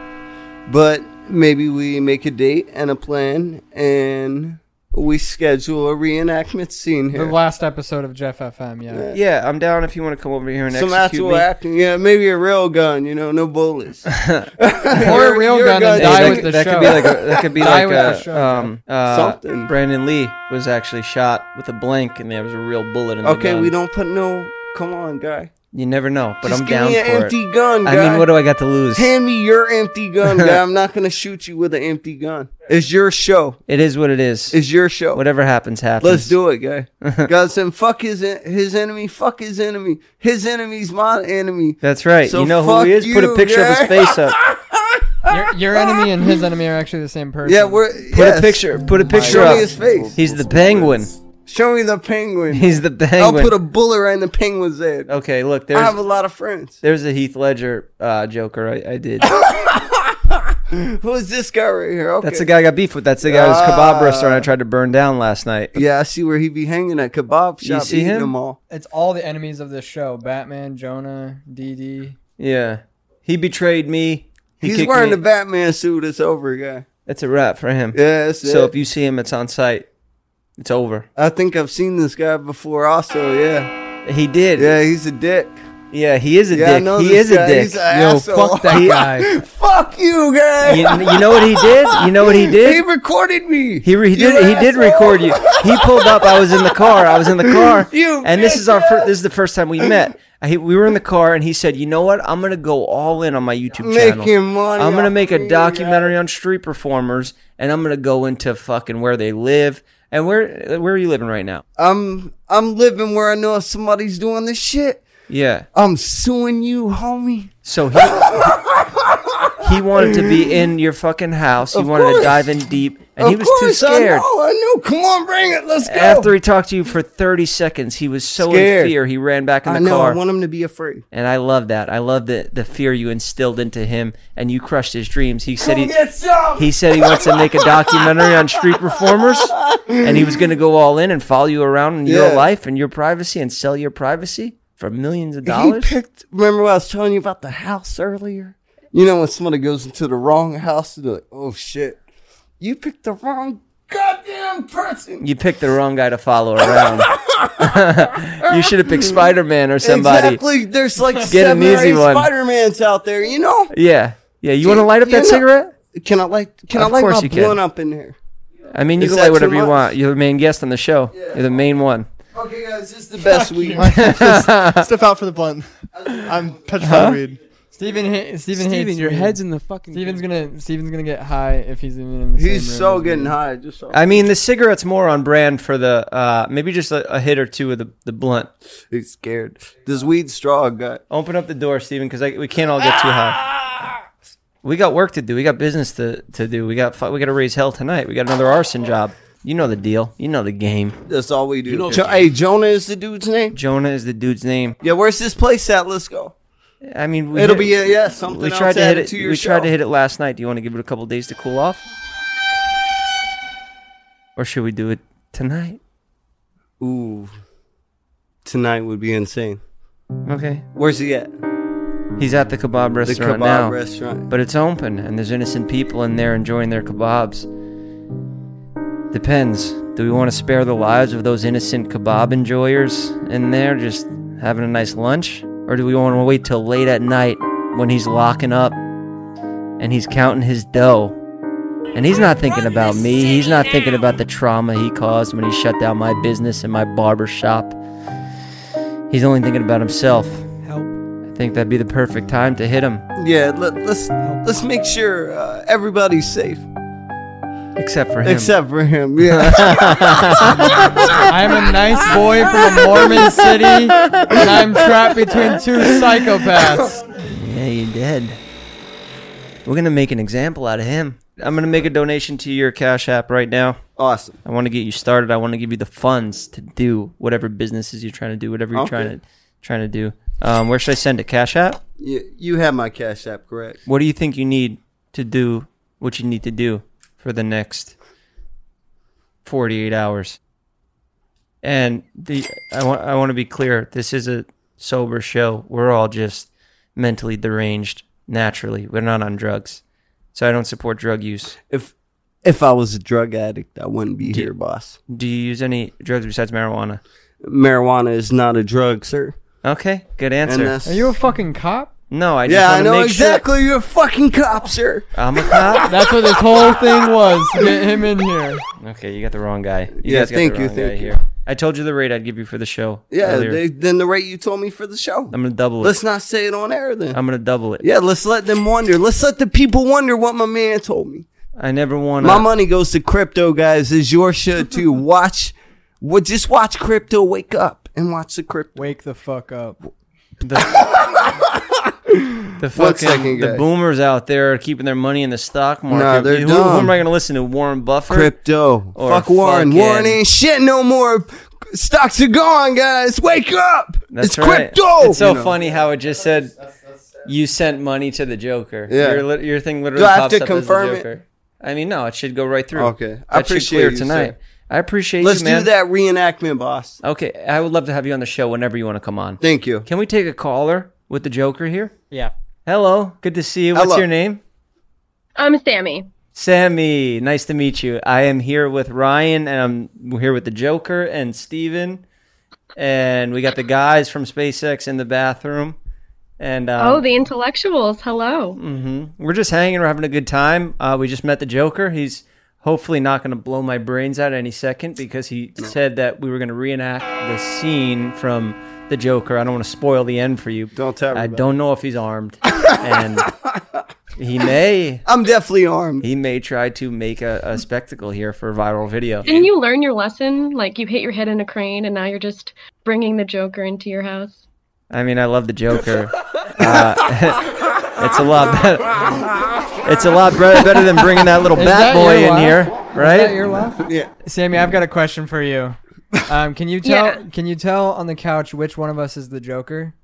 H: but maybe we make a date and a plan, and we schedule a reenactment scene
B: The
H: here.
B: last episode of Jeff FM, yeah.
A: Yeah, I'm down if you want to come over here and
H: Some
A: execute
H: actual
A: me.
H: acting, yeah, maybe a real gun, you know, no bullets.
B: Or a real
H: You're
B: gun and
A: Hey,
B: die
A: that,
B: with the
A: that
B: show.
A: could be like a, that could be
B: Die
A: like
B: with the
A: a,
B: show,
A: um uh,
H: Something.
A: Brandon Lee was actually shot with a blank and there was a real bullet in the
H: okay,
A: gun.
H: we don't put no. Come on, guy.
A: You never know, but
H: Just
A: I'm
H: give
A: down
H: me an
A: for
H: empty
A: it.
H: gun.
A: I mean,
H: guy.
A: what do I got to lose?
H: Hand me your empty gun, guy. I'm not gonna shoot you with an empty gun. It's your show.
A: It is what it is.
H: It's your show.
A: Whatever happens, happens.
H: Let's do it, guy. God said, "Fuck his en- his enemy. Fuck his enemy. His enemy's my enemy."
A: That's right.
H: So
A: you know who
H: fuck
A: he is? Put a
H: you,
A: picture of his
H: guy.
A: face up.
B: Your, your enemy and his enemy are actually the same person.
H: Yeah, we're
A: Put a picture. Put a picture
H: Show
A: up.
H: me his face.
A: He's the penguin.
H: Show me the penguin.
A: He's the
H: I'll
A: penguin.
H: put a bullet right in the penguin's head.
A: okay, look.
H: I have
A: There's
H: a lot of friends.
A: there's a Heath Ledger uh, Joker. I, I did.
H: Who is this guy right here? Okay.
A: That's the guy I got beef with. That's the guy whose kebab
H: Ah.
A: restaurant I tried to burn down last night.
H: Yeah, I see where he be hanging at kebab shop.
A: You see
H: eating
A: him?
H: Them all.
B: It's all the enemies of this show Batman, Jonah, DD.
A: Yeah. He betrayed me. He
H: He's
A: kicked
H: wearing
A: me.
H: the Batman suit. It's over, guy.
A: That's a wrap for him.
H: Yeah, that's
A: so
H: it.
A: if you see him, it's on site. It's over.
H: I think I've seen this guy before. Also, yeah,
A: He did. Yeah,
H: yeah, he's a dick.
A: he is a
H: Yeah, I
A: dick.
H: know
A: He
H: this
A: is a
H: guy.
A: dick.
H: He's an Yo, asshole. fuck
A: He-
H: that guy. fuck you, guy.
A: you, you know what he did? You know what he
H: He
A: did?
H: recorded me.
A: He, re- he
H: You
A: did he did
H: asshole.
A: record you. He pulled up. I was in the car. I was in the car.
H: You
A: and this is our
H: bitch.
A: fir- this is the first time we met. I, he- we were in the car, and he said, "You know what? I'm gonna go all in on my YouTube channel.
H: Making money.
A: I'm gonna
H: off
A: make
H: me,
A: a documentary on street performers, and I'm gonna go into fucking where they live and where where are you living right now?
H: I'm I'm living where I know somebody's doing this shit.
A: Yeah.
H: I'm suing you, homie.
A: So he he wanted to be in your fucking house. He
H: Of
A: wanted to
H: course.
A: dive in deep, and
H: of
A: he was
H: course,
A: too
H: I
A: scared.
H: know, I know. Come on, bring it. Let's go.
A: After he talked to you for 30 seconds, he was so
H: Scared.
A: in fear. He ran back in the
H: I know.
A: car.
H: I want him to be afraid.
A: and I love that. I love the, the fear you instilled into him, and you crushed his dreams. He said
H: Come
A: he
H: get some.
A: he said he wants to make a documentary on street performers, and he was going to go all in and follow you around in your
H: Yeah.
A: life and your privacy and sell your privacy for millions of
H: He
A: dollars.
H: picked. Remember what I was telling you about the house earlier? You know when somebody goes into the wrong house, they're like, "Oh shit, you picked the wrong goddamn person."
A: you picked the wrong guy to follow around. you should have picked Spider Man or somebody.
H: Exactly. There's like
A: Get an
H: seven or
A: easy
H: eight
A: one.
H: Spider-Mans out there, you know?
A: Yeah, yeah. You want to light up
H: you
A: that
H: know-
A: cigarette?
H: Can I like can
A: Of
H: I light
A: course
H: my
A: you can.
H: blunt up in here?
A: I mean, you
H: Is
A: can
H: that
A: light
H: too
A: whatever you
H: much?
A: want. You're the main guest on the show. You're the main one.
H: Okay guys, this is the best week.
G: Step out for the blunt. I'm petrified of weed.
B: Steven, ha- Steven,
F: Steven,
B: hates
F: your
B: me.
F: head's in the fucking.
B: Steven's gonna Steven's gonna get high if he's even in the same
H: He's
B: room
H: so
B: as me.
H: getting high. Just so.
A: I mean, the cigarette's more on brand for the uh, maybe just a, a hit or two of the, the blunt.
H: he's scared. This weed straw guy.
A: Open up the door, Steven, because we can't all get too high. We got work to do. We got business to, to do. We got fu- we got to raise hell tonight. We got another arson job. You know the deal. You know the game.
H: That's all we do.
E: know-
H: Jo- hey, Jonah is the dude's name.
A: Jonah is the dude's name.
H: Yeah, where's this place at? Let's go.
A: I mean, we
H: It'll
A: hit-
H: be a, yeah something.
A: we tried to hit it.
H: To your
A: we tried to
H: show.
A: hit it last night. Do you want to give it a couple days to cool off, or should we do it tonight?
H: Ooh, tonight would be insane.
A: Okay.
H: Where's he at?
A: He's at the kebab
H: The
A: restaurant
H: kebab
A: now.
H: restaurant.
A: But it's open and there's innocent people in there enjoying their kebabs. Depends. Do we want to spare the lives of those innocent kebab enjoyers in there just having a nice lunch? Or do we want to wait till late at night when he's locking up and he's counting his dough? And he's not thinking about me. He's not thinking about the trauma he caused when he shut down my business and my barber shop. He's only thinking about himself.
F: Help.
A: I think that'd be the perfect time to hit him.
H: Yeah, let, let's let's make sure uh, everybody's safe
A: Except for him.
H: except for him. Yeah,
B: I'm a nice boy from a Mormon city, and I'm trapped between two psychopaths.
A: Yeah, you did. We're gonna make an example out of him. I'm gonna make a donation to your Cash App right now.
H: awesome.
A: I want to get you started. I want to give you the funds to do whatever businesses you're trying to do, whatever you're
H: Okay.
A: trying to trying to do. Um, where should I send it? Cash App?
H: You, you have my cash app, correct?
A: What do you think you need to do? What you need to do for the next 48 hours? And the I want I want to be clear. This is a sober show. We're all just mentally deranged naturally. We're not on drugs, so I don't support drug use.
H: If if I was a drug addict, I wouldn't be here, boss.
A: Do you use any drugs besides marijuana?
H: Marijuana is not a drug, sir.
A: Okay, good
H: And
A: answer.
H: that's,
B: Are you a fucking cop?
A: No, I just
H: yeah,
A: want
H: I
A: to
H: know
A: make sure-
H: exactly. You're a fucking cop, sir.
A: I'm a cop.
B: That's what this whole thing was. to Get him in here.
A: okay, you got the wrong guy. You
H: Yeah,
A: guys got the
H: thank you,
A: wrong guy
H: thank you.
A: here. I told you the rate I'd give you for the show.
H: Yeah,
A: earlier.
H: they, then the rate you told me for the show.
A: I'm gonna double it.
H: Let's not say it on air then.
A: I'm gonna double it.
H: yeah, let's let them wonder. Let's let the people wonder what my man told me.
A: I never wanna.
H: My money goes to crypto, guys. Is your show too? Watch, well, just watch crypto. Wake up and watch the crypto.
B: Wake the fuck up.
A: the, the
H: One
A: fucking
H: second,
A: the
H: guys.
A: boomers out there are keeping their money in the stock market.
H: they're
A: who, who
H: dumb.
A: am I gonna listen to? Warren Buffett.
H: Crypto.
A: Or
H: Fuck Warren.
A: fucking-
H: Warren ain't shit no more. Stocks are gone, guys. Wake up.
A: That's
H: it's
A: right.
H: crypto.
A: It's so
H: You know.
A: funny how it just said you sent money to the Joker.
H: Yeah.
A: Your, lit- your thing literally
H: Do I have
A: pops
H: to
A: up as the
H: confirm it?
A: Joker. I mean, no, it should go right through.
H: Okay. I
A: That should
H: appreciate
A: clear
H: you,
A: tonight.
H: sir.
A: I appreciate
H: Let's
A: you, man.
H: do that reenactment, boss.
A: Okay, I would love to have you on the show whenever you want to come on.
H: Thank you.
A: Can we take a caller with the Joker here?
I: Yeah.
A: Hello, good to see you. What's
H: Hello.
A: your name?
J: I'm Sammy.
A: Sammy, nice to meet you. I am here with Ryan and I'm here with the Joker and Steven. And we got the guys from SpaceX in the bathroom. And um,
J: oh, the intellectuals. Hello.
A: we're just hanging, we're having a good time. Uh, we just met the Joker. He's hopefully not going to blow my brains out any second because he said that we were going to reenact the scene from the Joker. I don't want to spoil the end for you.
H: Don't tell
A: I
H: everybody.
A: don't know if he's armed. and he may
H: I'm definitely armed.
A: he may try to make a, a spectacle here for a viral video.
J: Didn't you learn your lesson? Like you hit your head in a crane, and now you're just bringing the Joker into your house.
A: I mean, I love the Joker. Uh, it's a lot better. It's a lot bre- better than bringing that little
B: Is
A: bat
B: that
A: boy
B: your
A: in
B: laugh?
A: here,
B: Is that your
A: right?
B: laugh?
H: Yeah.
B: Sammy, I've got a question for you. Um, can you tell?
J: Yeah.
B: Can you tell on the couch which one of us is the Joker?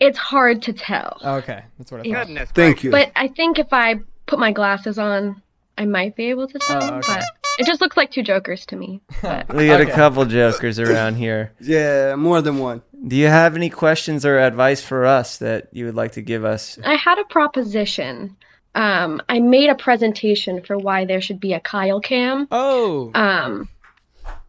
J: It's hard to tell,
B: Okay, that's what I thought.
J: Goodness.
H: Thank you.
J: but I think if I put my glasses on, I might be able to tell.
B: Oh, okay.
J: But it just looks like two Jokers to me. But
A: We got
B: Okay.
A: a couple Jokers around here.
H: yeah, more than one.
A: Do you have any questions or advice for us that you would like to give us?
J: I had a proposition. Um, I made a presentation for why there should be a Kyle Cam.
B: Oh,
H: Uh,
J: Um,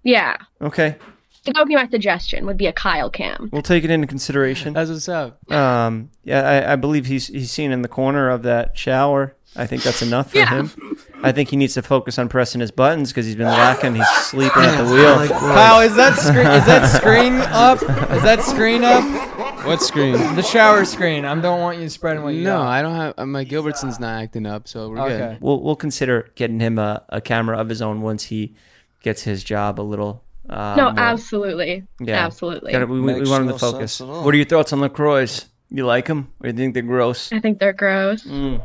J: yeah.
A: Okay,
J: So that would be my suggestion. Would be a Kyle Cam.
A: we'll take it into consideration.
B: that's what's up.
A: Um, yeah, I, I believe he's he's seen in the corner of that shower. I think that's enough for
J: Yeah.
A: him. I think he needs to focus on pressing his buttons because he's been lacking. He's sleeping at the wheel.
B: Kyle, is that screen? Is that screen up? Is that screen up?
F: What screen?
B: The shower screen. I don't want you spreading what you
F: No,
B: got.
F: I don't have. uh, My Gilbertson's not acting up, so we're
B: Okay.
F: good.
A: we'll we'll consider getting him a, a camera of his own once he gets his job a little. Uh,
J: No,
A: more-
J: absolutely.
A: Yeah.
J: Absolutely.
A: Gotta- we, we- we want him to
H: Makes no
A: focus.
H: sense at all.
A: What are your thoughts on Lacroix? You like them, or you think they're gross?
J: I think they're gross.
A: Mm.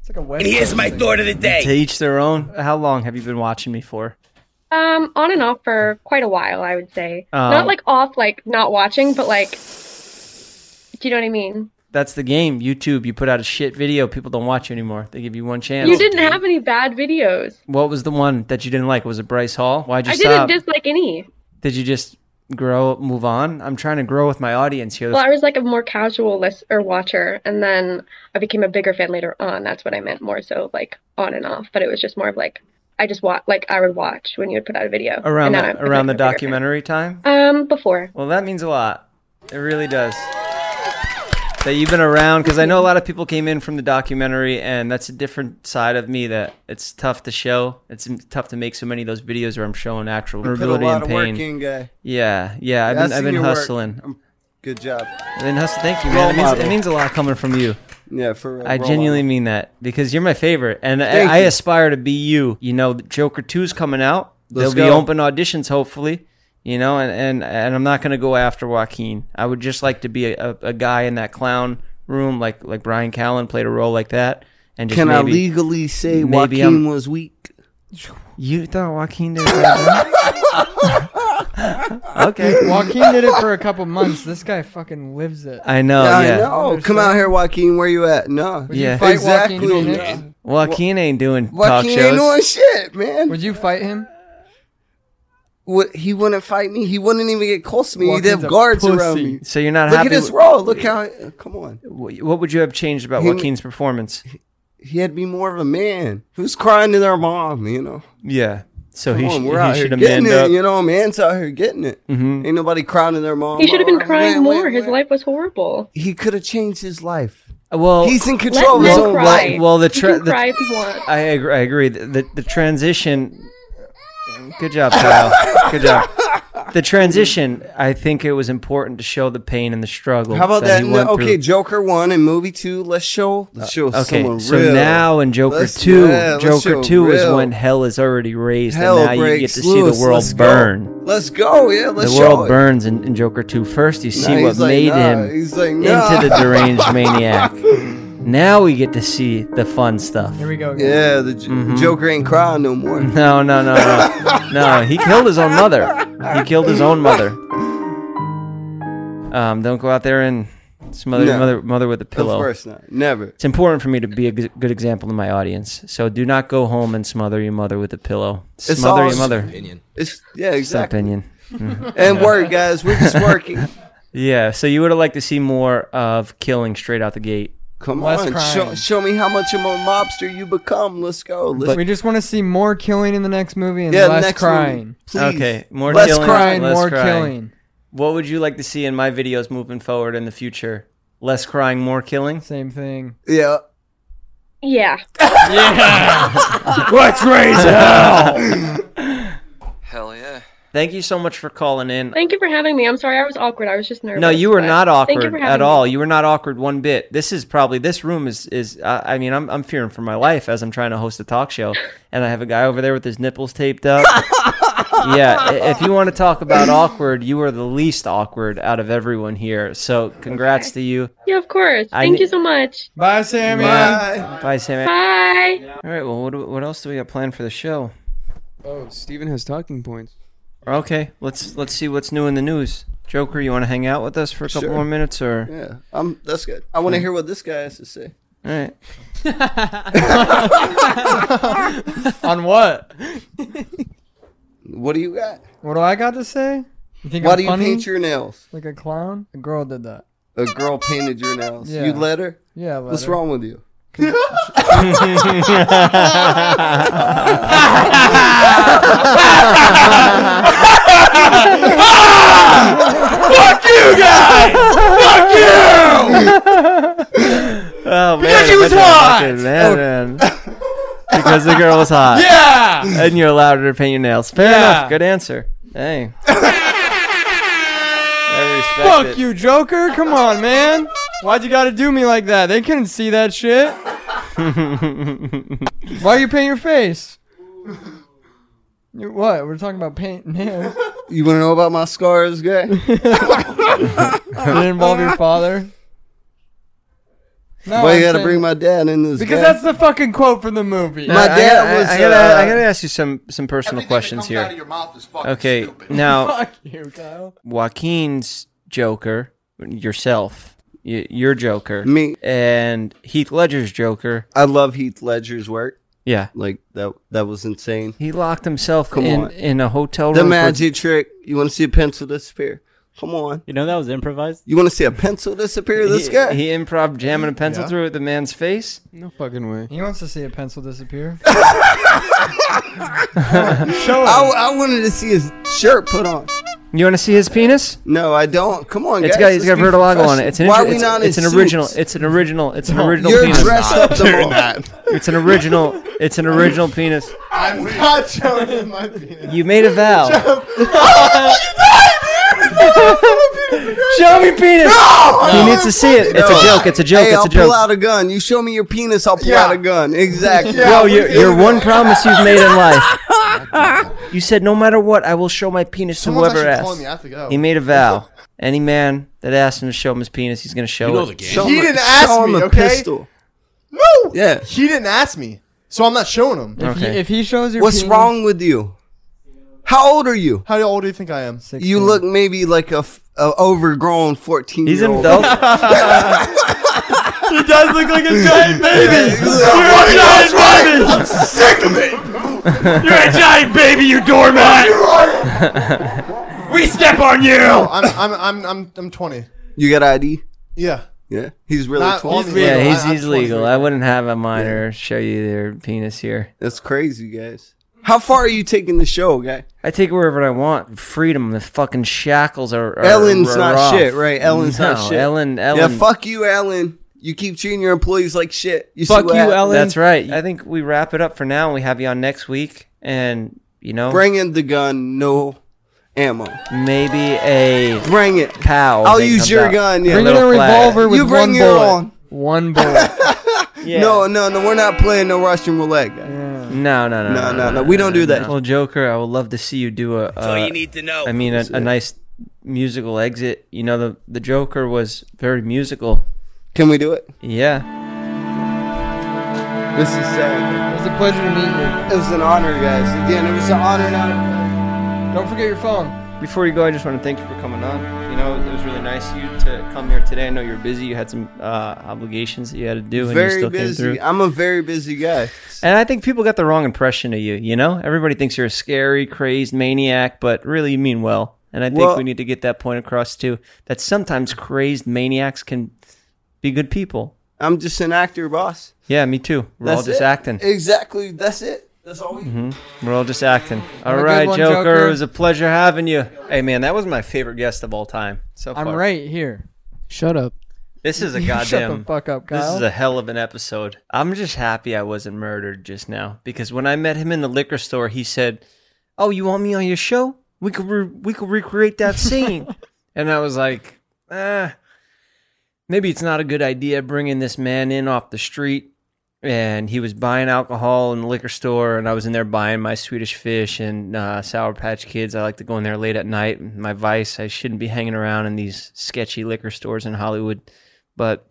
B: It's like a West Coast thing.
E: thought of the day.
A: To each their own. How long have you been watching me for?
J: Um, on and off for quite a while, I would say.
A: Oh.
J: Not like off, like not watching, but like, do you know what I mean?
A: That's the game. YouTube. You put out a shit video, people don't watch you anymore. They give you one chance.
J: you didn't have any bad videos.
A: What was the one that you didn't like? Was it Bryce Hall? Why'd you
J: I
A: stop?
J: didn't dislike any.
A: Did you just grow, move on. I'm trying to grow with my audience here.
J: Well, I was like a more casual list or watcher, and then I became a bigger fan later on. That's what I meant more so, like on and off. But it was just more of like I just watch, like I would watch when you would put out a video And
A: around
J: now
A: the,
J: I'm a
A: around the
J: bigger fan.
A: documentary time.
J: Um, before
A: Well, that means a lot. It really does. That you've been around because I know a lot of people came in from the documentary, and that's a different side of me that it's tough to show. It's tough to make so many of those videos where I'm showing actual
H: Put a
A: vulnerability
H: lot
A: and
H: of
A: pain.
H: work in, guy.
A: Yeah, yeah. I've
H: Yeah, I've
A: been, I've
H: seen
A: been
H: your work.
A: hustling.
H: Good job.
A: I've been hustling. Thank you, man.
H: Role
A: It means, it
H: model.
A: means a lot coming from you.
H: Yeah, for real.
A: I
H: Role
A: genuinely mean that because you're my favorite, and I,
H: Thank
A: I
H: you.
A: aspire to be you. You know, Joker Two's coming out.
H: Let's
A: There'll be
H: go.
A: open auditions, hopefully. You know, and and, and I'm not going to go after Joaquin. I would just like to be a, a, a guy in that clown room, like like Brian Callen played a role like that. And just
H: Can I
A: maybe-
H: legally say
A: maybe
H: Joaquin
A: I'm-
H: was weak?
A: You thought Joaquin did. okay.
B: Joaquin did it for a couple months. This guy fucking lives it.
A: I know.
H: Yeah,
A: Oh, yeah.
H: I know. Come out here, Joaquin. Where you at? No.
A: Would you Yeah.
B: fight
H: exactly.
B: Joaquin Phoenix?
A: Joaquin ain't doing talk
H: Joaquin
A: shows.
H: ain't doing shit, man.
B: Would you fight him?
H: What, he wouldn't fight me. He wouldn't even get close to me. He'd
B: Joaquin's
H: have
B: a
H: guards around
B: pussy.
H: me.
A: so you're not
H: Look
A: happy.
H: at his
A: with-
H: role. Look how. uh, Come on.
A: What would you have changed about
H: He-
A: Joaquin's performance?
H: He had to be more of a man. Who's crying to their mom? You know.
A: Yeah. So
H: Come
A: he,
H: on,
A: sh-
H: we're
A: he
H: out here
A: should have
H: getting
A: manned
H: it.
A: up.
H: You know, man's out here getting it.
A: Mhm.
H: Ain't nobody crying to their mom.
J: he should have been
H: Oh,
J: crying
H: wait, wait,
J: more. His
H: wait.
J: life was horrible.
H: He could have changed his life.
A: Well,
H: He's in control of
J: men
H: his own
J: cry.
H: life.
A: well, the
J: You
A: tra-
J: can
A: the-
J: cry if you want.
A: I agree. I agree. The, the, the transition. Good job, Kyle. Good job. The transition. I think it was important to show the pain and the struggle.
H: How about that?
A: he
H: No,
A: went
H: okay,
A: through.
H: Joker one and movie two. Let's show. Let's show
A: Okay,
H: someone
A: so
H: real.
A: now in Joker
H: Let's-
A: two,
H: yeah, let's
A: Joker
H: show
A: two is
H: real.
A: when hell is already raised,
H: Hell
A: and now you get
H: breaks
A: to
H: loose.
A: see the world
H: Let's go.
A: burn.
H: Let's go. Yeah, let's
A: the
H: show
A: world
H: it.
A: burns in, in Joker 2 first. You see
H: Nah,
A: what
H: he's like,
A: made
H: nah.
A: him
H: He's like, nah.
A: into the deranged maniac. Now we get to see the fun stuff.
B: Here we go. Again.
H: Yeah, the J- Joker ain't crying no more.
A: No, no, no, no. no, he killed his own mother. He killed his own mother. Um, don't go out there and smother your
H: No.
A: mother, mother with a
H: of
A: pillow.
H: course not. Never.
A: It's important for me to be a g- good example to my audience. So do not go home and smother your mother with a pillow. Smother
H: all-
A: your mother.
E: Opinion.
H: It's yeah,
A: It's an
H: exactly.
A: opinion.
H: And work, guys. We're just working.
A: Yeah. So you would have liked to see more of killing straight out the gate.
H: Come
B: Less
H: on,
B: crying.
H: show, show me how much of a mobster you become. Let's go. Let's
B: we just want to see more killing in the next movie and
H: yeah,
B: less
H: next
B: crying.
H: movie, please.
A: Okay, more
H: Less
A: killing,
B: Crying,
A: less
B: more
A: crying.
B: killing.
A: What would you like to see in my videos moving forward in the future? Less crying, more killing.
B: Same thing.
H: Yeah.
J: Yeah.
A: Let's raise hell.
E: Hell yeah.
A: Thank you so much for calling in.
J: Thank you for having me. I'm sorry I was awkward. I was just nervous.
A: No, you were
J: but
A: not
J: Thank you
A: awkward
J: for
A: at
J: having
A: all.
J: Me.
A: You were not awkward one bit. This is probably this room is is. Uh, I mean, I'm I'm fearing for my life as I'm trying to host a talk show, and I have a guy over there with his nipples taped up. yeah, i- if you want to talk about awkward, you are the least awkward out of everyone here. So, congrats to you.
J: Yeah, of course.
A: I
J: Thank
A: ne-
J: you so much.
B: Bye, Sammy.
A: Yeah. Bye, Sam.
J: Bye.
A: All right. Well, what, do- what else do we got planned for the show?
F: Oh, Steven has talking points.
A: Okay, let's let's see what's new in the news. Joker, you want to hang out with us for a couple
H: Sure.
A: more minutes, or
H: Yeah. Um, that's good. I want to hear what this guy has to say.
A: all right?
B: On what?
H: What do you got?
B: What do I got to say? You think
H: Why
B: I'm
H: do you
B: funny?
H: paint your nails?
B: like a clown? A girl did that.
H: A girl painted your nails.
B: Yeah.
H: You let her?
B: Yeah. let
H: What's
B: her-
H: wrong with you?
A: Oh man, because she was hot. Oh. man, man. because the girl was hot. Yeah, and you're allowed her to paint your nails. Fair enough. Good answer. Hey. I respect
B: Fuck
A: it.
B: you, Joker! Come on, man. Why'd you gotta do me like that? They couldn't see that shit. Why you paint your face? You- What? We're talking about paint nails.
H: You want to know about my scars, guy?
B: Did it involve your father? No,
H: Why
B: I'm
H: you got to
B: saying-
H: bring my dad in this?
B: Because
H: guy?
B: that's the fucking quote from the movie.
H: My
A: I- I
H: dad
A: gotta-
H: was,
A: I, gotta, I
H: uh,
A: gotta ask you some some personal questions here. Okay, now
B: Fuck you, Kyle.
A: Joaquin's Joker, yourself, y- your Joker,
H: me.
A: and Heath Ledger's Joker.
H: I love Heath Ledger's work.
A: Yeah.
K: Like that that was insane.
A: He locked himself
K: Come
A: in
K: on.
A: in a hotel
K: The
A: room. for-
K: magic trick. You want to see a pencil disappear? Come on.
L: You know that was improvised.
K: You want to see a pencil disappear? This
A: he,
K: guy.
A: He improv jamming a pencil
G: Yeah.
A: through the man's face.
M: No fucking way.
B: He wants to see a pencil disappear.
H: Oh,
K: I, I wanted to see his shirt put on.
A: You want to see his penis?
K: No, I don't. Come on,
A: It's
K: guys.
A: got it's got
K: let's be
A: vertigo on it. It's an
K: professional. Why
A: intro-
K: are we
A: it's,
K: not
A: it's
K: in
A: an original.
K: suits?
A: It's an original. It's an original
K: You're
A: penis.
K: dressed up the
G: Doing
K: wrong.
G: that.
A: It's an original. It's an original penis.
G: I'm not showing him my penis.
A: You made a vow.
K: Oh,
A: Show me penis. He needs to see it. It's a
K: No.
A: joke. It's a joke.
K: Hey,
A: it's
K: I'll
A: a joke.
K: pull out a gun. You show me your penis, I'll pull
G: Yeah.
K: out a gun. Exactly.
A: Bro, your, your one promise you've made in life. You said, no matter what, I will show my penis
G: Someone's
A: to whoever
G: actually calling me. I
A: asks.
G: have to go.
A: He made a vow. Any man that asks him to show him his penis, he's going to show
F: You know
A: it.
F: the game.
K: Show
G: He
K: him-
G: didn't ask
K: show him
G: me,
K: a
G: okay?
K: pistol.
G: no.
K: Yeah.
G: He didn't ask me, so I'm not showing him.
B: If,
A: Okay.
B: he, if he shows your
K: What's
B: penis-
K: wrong with you? How old are you?
G: How old do you think I am?
K: You look maybe like a, f- a overgrown 14
A: He's
K: year
A: an
K: old.
A: adult.
L: He does look like a giant baby.
G: I'm sick of it.
L: You're a giant baby, you doormat. we step on you.
G: Oh, I'm, I'm, I'm, I'm, I'm 20.
K: You got ID?
G: Yeah.
K: Yeah. He's really
G: Not
K: 20.
G: on me.
A: yeah, he's,
G: I- I'm
A: he's legal.
G: 23.
A: I wouldn't have a minor show you their penis here.
K: That's crazy, guys. How far are you taking the show, guy?
A: I take it wherever I want. Freedom. The fucking shackles are. are
K: Ellen's
A: are
K: not
A: off.
K: shit, right? Ellen's
A: No,
K: not shit.
A: Ellen-
K: Yeah,
A: Ellen-
K: fuck you, Ellen. You keep treating your employees like shit. You see
M: Fuck
K: what
M: you,
K: happened?
M: Ellen.
A: That's right. I think we wrap it up for now. We have you on next week, and you know,
K: Bring in the gun, no ammo.
A: maybe a
K: Bring it.
A: pow.
K: I'll
A: thing
K: use
A: comes
K: your
A: out.
K: gun. Yeah.
B: Bring in
A: little
B: a
A: flag.
B: revolver with
K: You bring
B: one
K: your
B: bullet.
K: own.
B: One bullet.
A: Yeah.
K: No, no, no. We're not playing no Russian roulette. Guy.
A: No, no, no,
K: No, no, no, we don't do that.
A: Well, Joker, I would love to see you do a. That's all you need to know. I mean, a, a nice musical exit. You know, the the Joker was very musical.
K: Can we do it?
A: Yeah,
K: This is sad.
B: It's a pleasure to meet
K: It was an honor, guys. Again, it was an honor. Not
B: you. Don't forget your phone.
A: before you go, I just want to thank you for coming on. You know, it was really nice of you to come here today. I know you were busy. You had some uh, obligations that you had to do, and you
K: very
A: still came
K: busy.
A: through.
K: I'm a very busy guy.
A: And I think people got the wrong impression of you. You know, everybody thinks you're a scary, crazed maniac, but really you mean well. And I think
K: Well-
A: we need to get that point across too. That sometimes crazed maniacs can be good people.
K: I'm just an actor, boss.
A: Yeah, me too. We're all
K: That's
A: just
K: it.
A: acting. Mm-hmm.
K: Exactly. That's it. That's all we.
A: We're all just acting. All
B: a good
A: right,
B: one,
A: Joker,
B: Joker.
A: It was a pleasure having you. Hey, man, that was my favorite guest of all time. So far.
B: I'm right here.
M: Shut up.
A: This is a
B: Shut the
A: goddamn.
B: fuck up, Kyle.
A: This is a hell of an episode. I'm just happy I wasn't murdered just now because when I met him in the liquor store, he said, "Oh, you want me on your show? We could re- we could recreate that scene." and I was like, "Ah, maybe it's not a good idea bringing this man in off the street." And he was buying alcohol in the liquor store, and I was in there buying my Swedish fish and uh, Sour Patch Kids. I like to go in there late at night. My vice, I shouldn't be hanging around in these sketchy liquor stores in Hollywood, but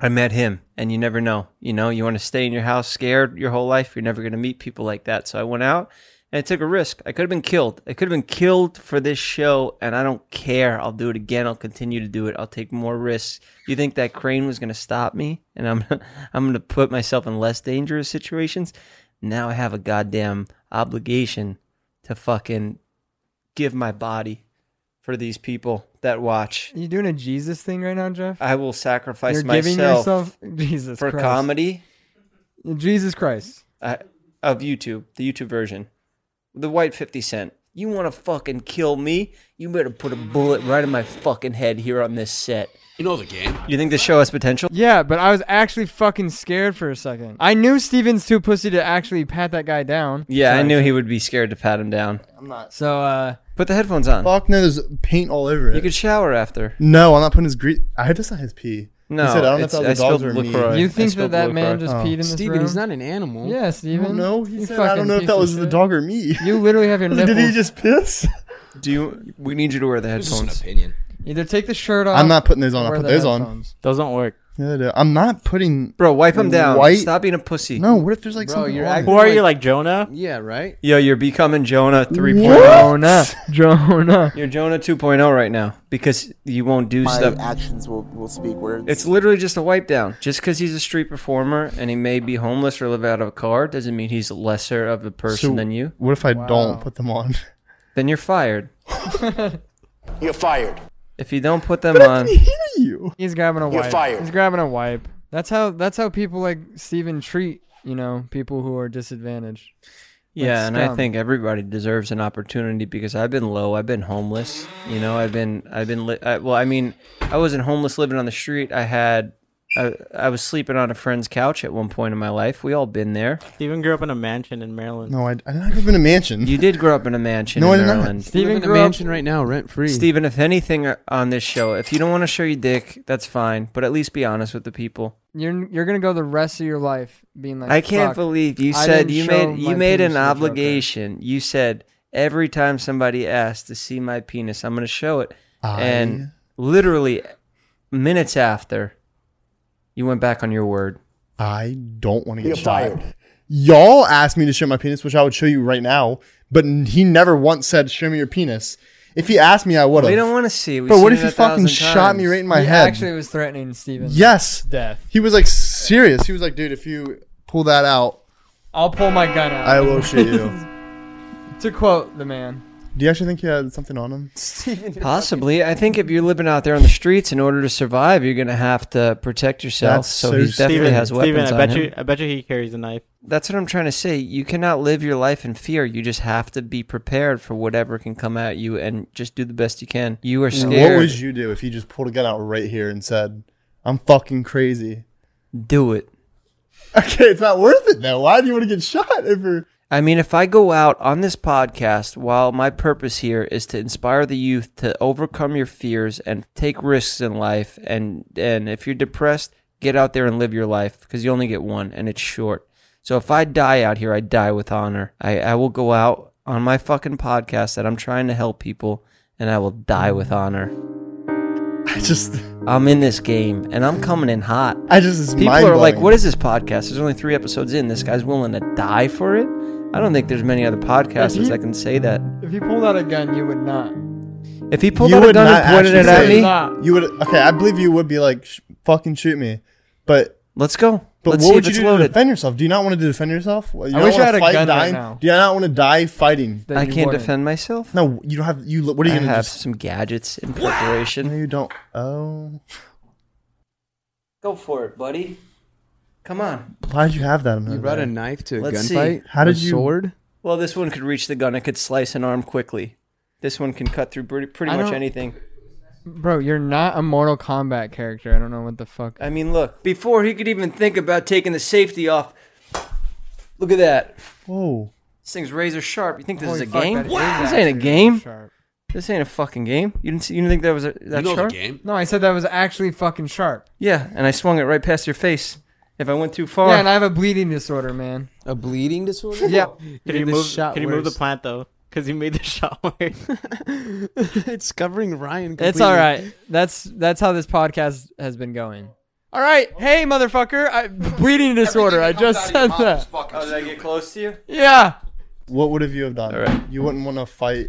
A: I met him, and you never know. You know, you want to stay in your house scared your whole life. You're never going to meet people like that. So I went out and I took a risk. I could have been killed. I could have been killed for this show, and I don't care. I'll do it again. I'll continue to do it. I'll take more risks. You think that crane was going to stop me? And I'm I'm going to put myself in less dangerous situations. Now I have a goddamn obligation to fucking give my body for these people that watch.
B: you doing a Jesus thing right now, Jeff?
A: I will sacrifice
B: You're
A: myself
B: giving yourself Jesus
A: for
B: Christ.
A: comedy
B: Jesus Christ.
A: uh, of YouTube, the YouTube version, the white 50 Cent. You want to fucking kill me? You better put a bullet right in my fucking head here on this set.
F: You know the game.
A: You think this show has potential?
B: Yeah, but I was actually fucking scared for a second. I knew Steven's too pussy to actually pat that guy down.
A: Yeah, I knew he would be scared to pat him down.
B: So, uh,
A: Put the headphones on.
G: Fuck no, there's paint all over it.
A: You could shower after.
G: no, I'm not putting his grease. I hope that's not his pee.
A: No,
G: he said, I don't know if
A: it's-
G: that
A: I
G: was the dogs
A: spilled
G: or me.
A: LaCroix.
B: you
A: I
B: think that
A: spilled
B: that
A: Blue
B: man
A: Croix.
B: just
G: Oh.
B: peed in this
M: Steven,
B: room?
M: he's not an animal.
B: Yeah, Steven.
G: No, he
B: You
G: said, I
B: fucking
G: don't know if
B: piece
G: that
B: of
G: was the
B: shit.
G: dog or me.
B: You literally have your nipples.
G: Did he just piss?
A: Do you? We need you to wear the
F: It's just an
A: headphones.
F: opinion.
B: Either take the shirt off.
G: I'm not putting those on.
B: or
G: I'll
B: wear
G: put
B: the
G: those on.
B: headphones.
L: Those don't work.
G: Yeah, they do. I'm not putting.
A: Bro, wipe him down.
G: White.
A: Stop being a pussy.
G: No, what if there's like something? on it?
A: Who are you, like Jonah?
F: Yeah, right.
A: Yo, you're becoming Jonah 3.0.
B: Jonah. Jonah.
A: You're Jonah 2.0 right now because you won't do
N: My
A: stuff.
N: actions will, will speak words.
A: It's literally just a wipe down. Just because he's a street performer and he may be homeless or live out of a car doesn't mean he's lesser of a person
G: So,
A: than you.
G: What if I don't put them on?
A: Then you're fired.
I: You're fired.
A: If you don't put them on,
G: you.
B: He's grabbing a
I: You're
B: wipe.
I: fired.
B: He's grabbing a wipe. That's how that's how people like Steven treat, you know, people who are disadvantaged. Like
A: yeah, and I
B: scum.
A: think everybody deserves an opportunity because I've been low, I've been homeless. You know, I've been, I've been, li- I, well, I mean, I wasn't homeless living on the street. I had, I, I was sleeping on a friend's couch at one point in my life. We all been there.
K: Steven grew up in a mansion in Maryland.
G: No, I, I did not live in a mansion.
A: You did grow up in a mansion
G: No,
A: in
G: I did not.
A: Maryland.
F: Steven live in a
B: grew up-
F: mansion right now, rent free.
A: Steven, if anything uh, on this show, if you don't want to show your dick, that's fine, but at least be honest with the people.
B: You're you're gonna go the rest of your life being like
A: I can't
B: "Fuck,
A: believe you
B: I
A: said
B: didn't
A: you
B: show
A: made you
B: my
A: made
B: penis
A: an
B: to the Joker."
A: obligation. You said every time somebody asks to see my penis, I'm going to show it. And literally minutes after, you went back on your word.
G: I don't want to get
I: You're
G: shot.
I: fired.
G: Y'all asked me to show my penis, which I would show you right now, but n- he never once said, "Show me your penis." If he asked me, I would have.
A: We don't want to see. We've
G: But what
A: seen
G: if
A: it
G: he
A: a
G: fucking
A: thousand
G: shot me
A: times.
G: right in my
B: he
G: head?
B: actually was threatening Steven.
G: yes,
B: Death.
G: He was like serious. He was like, "Dude, if you pull that out,
B: I'll pull my gun out.
G: I will shoot you."
B: to quote the man.
G: Do you actually think he had something on him?
A: Possibly. I think if you're living out there on the streets, in order to survive, you're going to have to protect yourself.
G: That's
A: So,
G: so
A: he definitely
K: Steven,
A: has weapons
K: Steven, I
A: on
K: bet
A: him.
K: you I bet you he carries a knife.
A: That's what I'm trying to say. You cannot live your life in fear. You just have to be prepared for whatever can come at you and just do the best you can. You are scared.
G: What would you do if he just pulled a gun out right here and said, "I'm fucking crazy"?
A: do it.
G: Okay, it's not worth it though. Why do you want to get shot if you're
A: I mean, if I go out on this podcast, while my purpose here is to inspire the youth to overcome your fears and take risks in life, and and if you're depressed, get out there and live your life because you only get one and it's short. So if I die out here, I die with honor. I, I will go out on my fucking podcast that I'm trying to help people, and I will die with honor.
G: I just
A: I'm in this game, and I'm coming in hot.
G: I just it's
A: People are like,
G: mind-blowing.
A: what is this podcast? There's only three episodes in. This guy's willing to die for it? I don't think there's many other podcasters that can say that.
B: If he pulled out a gun, you would not.
A: If he pulled out a gun and pointed it at
G: actually
A: me,
G: say- You would okay. I believe you would be like, sh- "Fucking shoot me," but
A: let's go.
G: but
A: let's
G: what
A: see
G: would
A: if
G: you
A: it's
G: do to
A: loaded.
G: defend yourself? Do you not want to defend yourself? Well, You
B: I
G: not
B: wish I
G: wanna
B: had a
G: fight
B: gun right
G: dying?
B: now.
G: Do you not want to die fighting?
B: Then
A: I
B: you
A: can't
B: wouldn't.
A: defend myself.
G: No, you don't have. You what are
A: I
G: you gonna
A: have
G: just?
A: some gadgets in
G: No,
A: preparation.
G: you don't. Oh,
A: Go for it, buddy. Come on.
G: why would you have that? in
F: You
G: there?
F: brought a knife to a
A: Let's see.
F: gunfight.
G: How did
F: A
G: you-
F: sword?
A: Well, this one could reach the gun. It could slice an arm quickly. This one can cut through pretty, pretty
B: I
A: much
B: don't-
A: anything.
B: Bro, you're not a Mortal Kombat character. I don't know what the fuck.
A: I mean, look, before he could even think about taking the safety off, look at that.
G: Whoa.
A: This thing's razor sharp. You think this
B: Holy
A: is a
B: fuck,
A: game?
B: that is
A: This
B: actually
A: ain't a
B: really
A: game.
B: sharp.
A: This ain't a fucking game. You didn't see, you didn't think that was a, that sharp?
B: No, I said that was actually fucking sharp.
A: Yeah, and I swung it right past your face. If I went too far,
B: Yeah, and I have a bleeding disorder, man.
F: A bleeding disorder?
B: Yeah.
K: Could
F: Made
K: he
F: the
K: move?
F: shot
K: Could he move the
F: worse.
K: plant though? Because he made the shot worse.
F: it's covering Ryan. Completely.
B: It's all right. That's that's how this podcast has been going. All right, hey motherfucker, I, bleeding disorder. I just said that.
A: oh, did I get close to you?
B: Yeah.
G: What would have you have done? You wouldn't want to fight.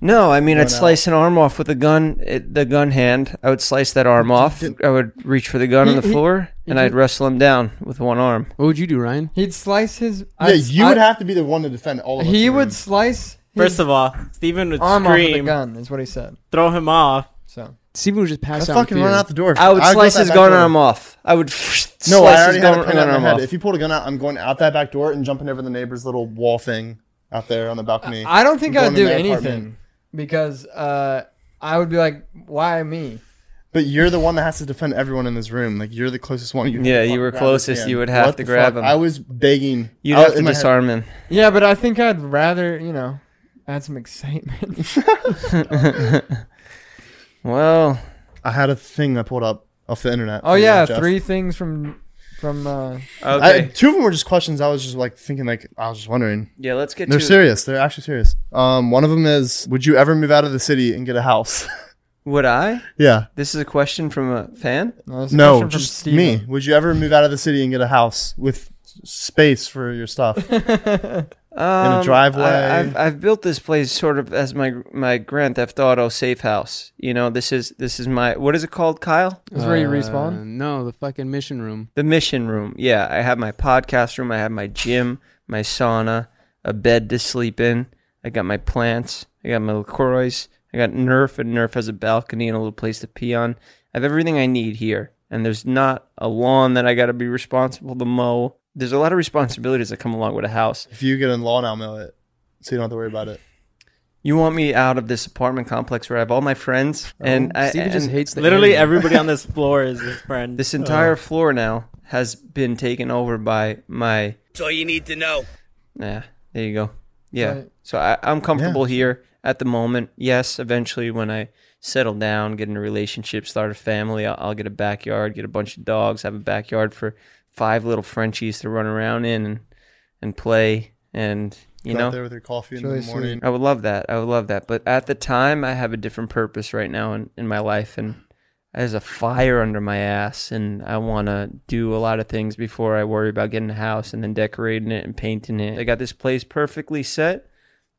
A: No, I mean, I'd
G: Went out.
A: slice an arm off with a gun, it, the gun hand. I would slice that arm off. I would reach for the gun on the floor, and I'd wrestle him down with one arm.
F: What would you do, Ryan?
B: He'd slice his.
G: Yeah, you would have to be the one to defend all of us.
B: He
G: in the
B: would
G: room.
B: slice. His
K: First of all, Steven would
B: arm off with a
K: scream,
B: gun is what he said.
K: throw him off.
B: So
F: Steven would just pass
G: I'd
F: out. in
G: fucking
F: fear.
G: run out the door.
A: I would
G: I'd go
A: slice
G: out
A: his
G: that
A: gun
G: door.
A: arm off. I would
G: No,
A: slice
G: I already
A: his
G: had
A: gun,
G: a pin
A: gun
G: out in
A: arm
G: my head.
A: off.
G: If you pulled a gun out, I'm going out that back door and jumping over the neighbor's little wall thing out there on the balcony.
B: I don't think
G: I'm
B: I would
G: going
B: do
G: to my apartment.
B: anything because uh, I would be like, why me?
G: But you're the one that has to defend everyone in this room. Like you're the closest one. You
A: Yeah,
G: have to
A: you were
G: grab his
A: closest.
G: hand.
A: You would have
G: What
A: to
G: the
A: grab
G: fuck?
A: him.
G: I was begging.
A: You'd
G: I-
A: have to
G: in my head-
A: disarm him.
B: Yeah, but I think I'd rather you know add some excitement.
A: Well,
G: I had a thing I pulled up off the internet.
B: oh
G: for you,
B: yeah,
G: Jeff.
B: three things from from. Uh,
G: I,
A: okay.
G: two of them were just questions. I was just like thinking, like I was just wondering.
A: yeah, let's get
G: They're
A: to
G: serious. They're actually serious. Um, one of them is, would you ever move out of the city and get a house?
A: Would I?
G: Yeah.
A: This is a question from a fan.
G: No, just me. Would you ever move out of the city and get a house with space for your stuff? in a
A: Um,
G: driveway.
A: I, have I've built this place sort of as my my Grand Theft Auto safe house. You know, this is this is my what is it called, Kyle?
B: Is where you respawn?
F: Uh, no, the fucking mission room.
A: The mission room. Yeah, I have my podcast room. I have my gym, my sauna, a bed to sleep in. I got my plants. I got my LaCroix. I got Nerf, and Nerf has a balcony and a little place to pee on. I have everything I need here. And there's not a lawn that I got to be responsible to mow. There's a lot of responsibilities that come along with a house.
G: If you get in lawn, I'll mow it, so you don't have to worry about it.
A: You want me out of this apartment complex where I have all my friends and I
F: Steven
A: and
F: Oh, just hates the
K: Literally everybody on this floor is his friend.
A: This entire floor now has been taken over by my
I: That's all you need to know.
A: yeah. There you go. Yeah.
I: Right.
A: So I, I'm comfortable here at the moment. Yes, eventually when I settle down, get in a relationship, start a family, I'll, I'll get a backyard, get a bunch of dogs, have a backyard for five little Frenchies to run around in and and play and you
G: Go out
A: know
G: there with your coffee in It's the really morning. sweet.
A: I would love that. I would love that. But at the time, I have a different purpose right now in, in my life, and there's a fire under my ass, and I want to do a lot of things before I worry about getting a house and then decorating it and painting it. I got this place perfectly set.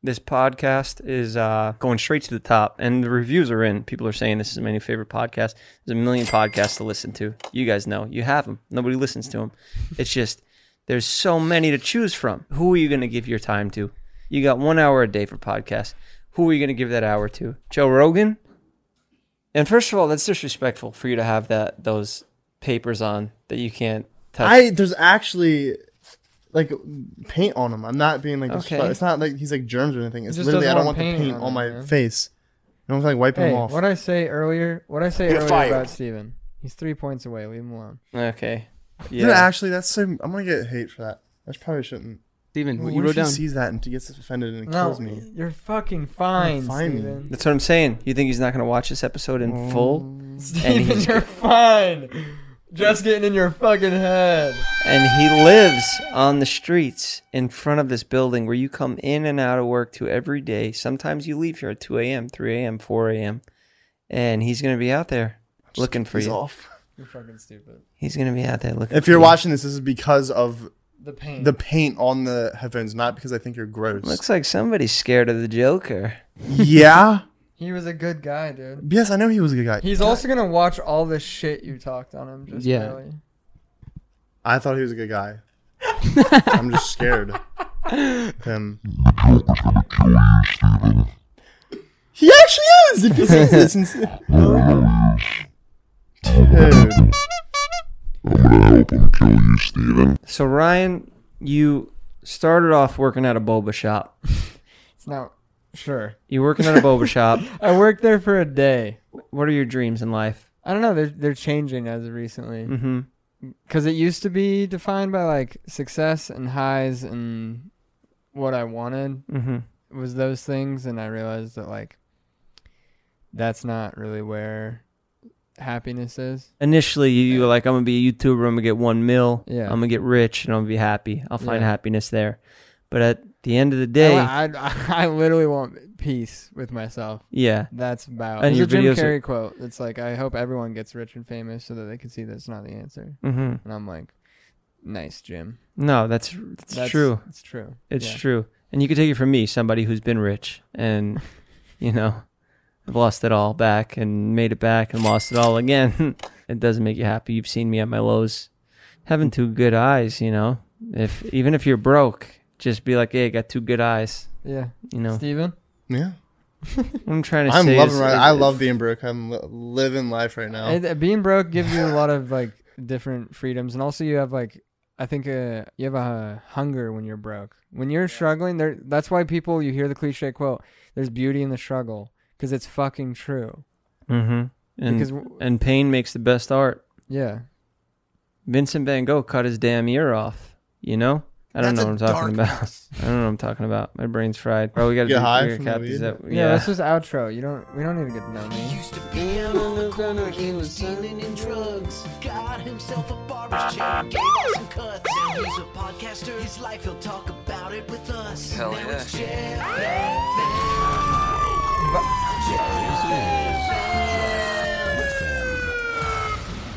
A: This podcast is uh, going straight to the top, and the reviews are in. People are saying this is my new favorite podcast. There's a million podcasts to listen to. You guys know you have them. Nobody listens to them. It's just there's so many to choose from. Who are you going to give your time to? You got one hour a day for podcasts. Who are you going to give that hour to? Joe Rogan? And first of all, that's disrespectful for you to have that those papers on that you can't touch.
G: I there's actually like paint on him. I'm not being like
A: Okay.
G: okay. it's not like he's like germs or anything. It's
B: He just
G: literally I
B: doesn't
G: don't
B: want
G: want the
B: paint
G: paint
B: on
G: on,
B: him,
G: my
B: man.
G: face. I don't like wipe
B: Hey,
G: him off.
B: what I say earlier? What I say
G: You're
B: earlier
G: fired.
B: about Steven? He's three points away. Leave him alone.
A: okay.
G: Dude, actually, that's so. I'm gonna get hate for that. I probably shouldn't.
F: Steven,
G: Well,
F: what you
G: what
F: wrote
G: if he
F: down?
G: sees that and he gets offended and it
B: No,
G: kills me.
B: You're fucking fine,
G: Fine me.
B: Steven.
A: That's what I'm saying. You think he's not going to watch this episode in full? And
B: Steven,
A: he's
B: you're fine. Just getting in your fucking head.
A: and he lives on the streets in front of this building where you come in and out of work to every day. Sometimes you leave here at 2 a.m., 3 a.m., 4 a.m., and he's going to be out there looking for
G: he's
A: you.
G: off.
B: You're fucking stupid.
A: He's going to be out there looking
G: If
A: for
G: you're
A: you.
G: watching this, this is because of
B: The paint.
G: The paint on the headphones, not because I think you're gross.
A: Looks like somebody's scared of the Joker.
G: yeah.
B: He was a good guy, dude.
G: Yes, I know he was a good guy.
B: He's also gonna watch all the shit you talked on him. Just
G: Yeah.
B: barely.
G: I thought he was a good guy. I'm just scared. Him. He actually is. If he sees this, and s- dude.
N: I'm gonna help him kill you, Steven.
A: So, Ryan, you started off working at a boba shop.
B: It's not sure.
A: You're working at a boba shop.
B: I worked there for a day.
A: What are your dreams in life?
B: I don't know. They're they're changing as of recently.
A: Mhm.
B: Because it used to be defined by like success and highs and what I wanted
A: Mhm.
B: was those things, and I realized that like that's not really where happiness is.
A: Initially, you you were like, I'm going to be a YouTuber. I'm going to get one mil.
B: Yeah.
A: I'm going to get rich and I'm going to be happy. I'll find
B: Yeah.
A: happiness there. But at the end of the day,
B: I, I, I literally want peace with myself.
A: Yeah.
B: that's about.
A: And
B: And
A: your
B: your Jim
A: videos are-
B: Carrey quote. It's like I hope everyone gets rich and famous so that they can see that's not the answer.
A: Mhm.
B: And I'm like, nice, Jim.
A: No, that's, that's,
B: That's-
A: true.
B: It's true.
A: It's
B: Yeah.
A: true. And you can take it from me, somebody who's been rich and, you know, I've lost it all back and made it back and lost it all again. it doesn't make you happy. You've seen me at my lows. Having two good eyes, you know, if even if you're broke, just be like, hey, I got two good eyes.
B: Yeah.
A: You know,
B: Steven?
G: Yeah.
A: I'm trying to
G: I'm
A: say
G: loving.
A: is-
G: right,
A: is-
G: I love being broke. I'm li- living life right now.
B: And, uh, being broke gives you a lot of like different freedoms, and also you have like I think uh, you have a hunger when you're broke. When you're struggling, there that's why people you hear the cliche quote, "There's beauty in the struggle," because it's fucking true.
A: Mm-hmm. And,
B: Because w-
A: and pain makes the best art.
B: Yeah.
A: Vincent Van Gogh cut his damn ear off. You know? I don't
B: That's
A: know
B: a
A: what I'm talking
B: dark
A: about. I don't know what I'm talking about. My brain's fried. Oh, we got to
G: Get
A: do
G: high
A: we gotta
G: from
A: cap
G: the
A: these
G: weed?
A: up.
B: Yeah, that's just outro. You don't. We don't need to get to know me.
I: He was dealing in drugs. Got himself a barber's chair. Gave us some cuts. Now he's a podcaster. His life, he'll talk about it with us.
E: Hell
I: now
E: yeah.
I: it's Jeff. Jeff.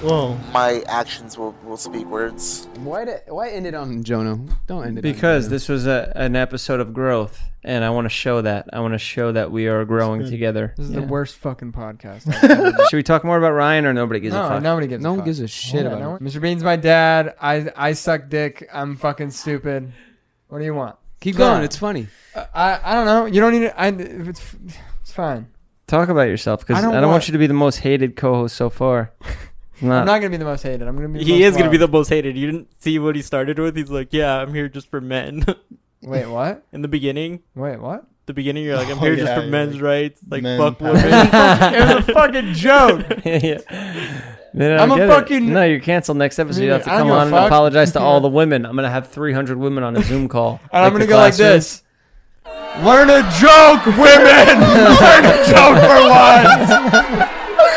G: Whoa.
O: My actions will, will speak words.
F: Why did, why end it on Jono? Don't end it on
A: because
F: Jono.
A: this was a, an episode of growth, and I want to show that. I want to show that we are growing
B: good.
A: together.
B: This is the
A: Yeah.
B: worst fucking podcast.
A: Should we talk more about Ryan or nobody gives a
B: No,
A: fuck?
B: nobody gives.
F: No
B: a
F: one
B: fuck.
F: gives a shit about
B: no one- Mr. Bean's my dad. I I suck dick. I'm fucking stupid. What do you want?
F: Keep going. It's funny.
B: I I, I don't know. You don't need to. I if it's it's fine.
A: Talk about yourself because
B: I
A: I
B: don't
A: don't,
B: want-
A: want you to be the most hated co-host so far.
B: I'm not gonna be the most hated. I'm gonna be. The
K: He
B: most
K: is going to be
B: loved.
K: the most hated. You didn't see what he started with. He's like, "Yeah, I'm here just for men."
B: Wait, what?
K: In the beginning,
B: Wait, what?
K: the beginning, you're like, "I'm
B: Oh,
K: here just
B: yeah,
K: for
B: you're
K: men's
B: like,
K: rights." Like,
B: men
K: fuck
B: power.
K: women.
B: It was a fucking joke.
A: They don't
B: I'm a
A: get it.
B: fucking-
A: No, you're canceled next episode. You
B: Dude,
A: have to
B: I don't
A: come
B: give a
A: on and
B: fuck.
A: apologize to all the women. I'm gonna have 300 women on a Zoom call.
B: And I'm
A: the
B: gonna go like
A: classroom.
B: this. Learn a joke, women. Learn a joke for once.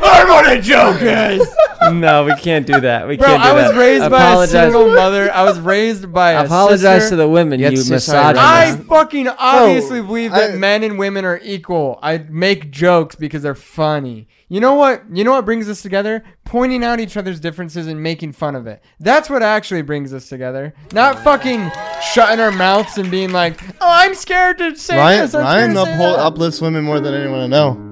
B: Learn what a joke is.
A: No, we can't do that. We
B: Bro,
A: can't do
B: I was
A: that.
B: raised
A: Apologize-
B: by a single mother. I was raised by a
A: Apologize
B: sister.
A: to the women, you,
B: Yet
A: you
B: sister I
A: misogynist.
B: fucking obviously believe that
G: I-
B: men and women are equal. I make jokes because they're funny. You know what? You know what brings us together? Pointing out each other's differences and making fun of it. That's what actually brings us together. Not fucking shutting our mouths and being like, "Oh, I'm scared to say
G: Ryan,
B: this." I'm
G: Ryan
B: scared to say
G: uphold,
B: that."
G: uplifts women more than anyone I know.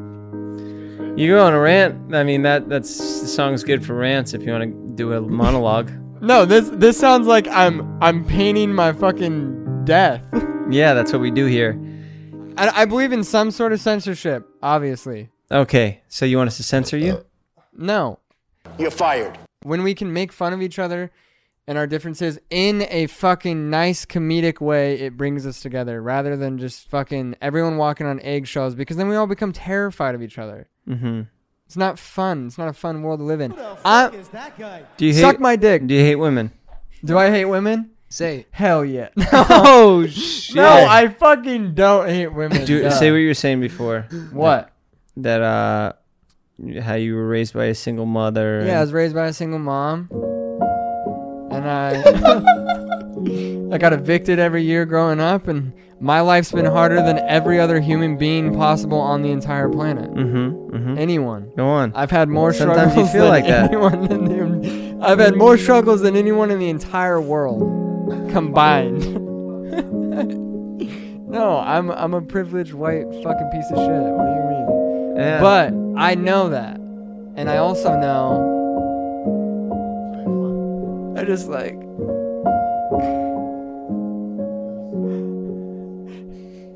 A: You go on a rant. I mean that that's the song's good for rants if you want to do a monologue.
B: No, this this sounds like I'm I'm painting my fucking death.
A: yeah, that's what we do here.
B: I, I believe in some sort of censorship, obviously.
A: Okay, so you want us to censor
B: Uh,
A: you?
B: No. You're fired. When we can make fun of each other and our differences in a fucking nice comedic way, it brings us together rather than just fucking everyone walking on eggshells because then we all become terrified of each other.
A: Mm-hmm.
B: It's not fun. It's not a fun world to live in. I,
A: Do you hate,
B: Suck my dick.
A: Do you hate women?
B: Do I hate women?
F: Say
B: hell yeah.
A: Oh, shit.
B: No, I fucking don't hate women.
A: Do
B: Duh.
A: say what you were saying before.
B: What?
A: That, uh, how you were raised by a single mother.
B: Yeah, I was raised by a single mom. And I I got evicted every year growing up and my life's been harder than every other human being possible on the entire planet.
A: Mm-hmm. Mm-hmm.
B: Anyone.
A: Go on.
B: I've had more
A: Sometimes
B: struggles
A: you feel
B: than
A: like that.
B: anyone in the, I've had more struggles than anyone in the entire world combined. no, I'm I'm a privileged white fucking piece of shit. What do you mean?
A: Yeah.
B: But I know that. And I also know I just like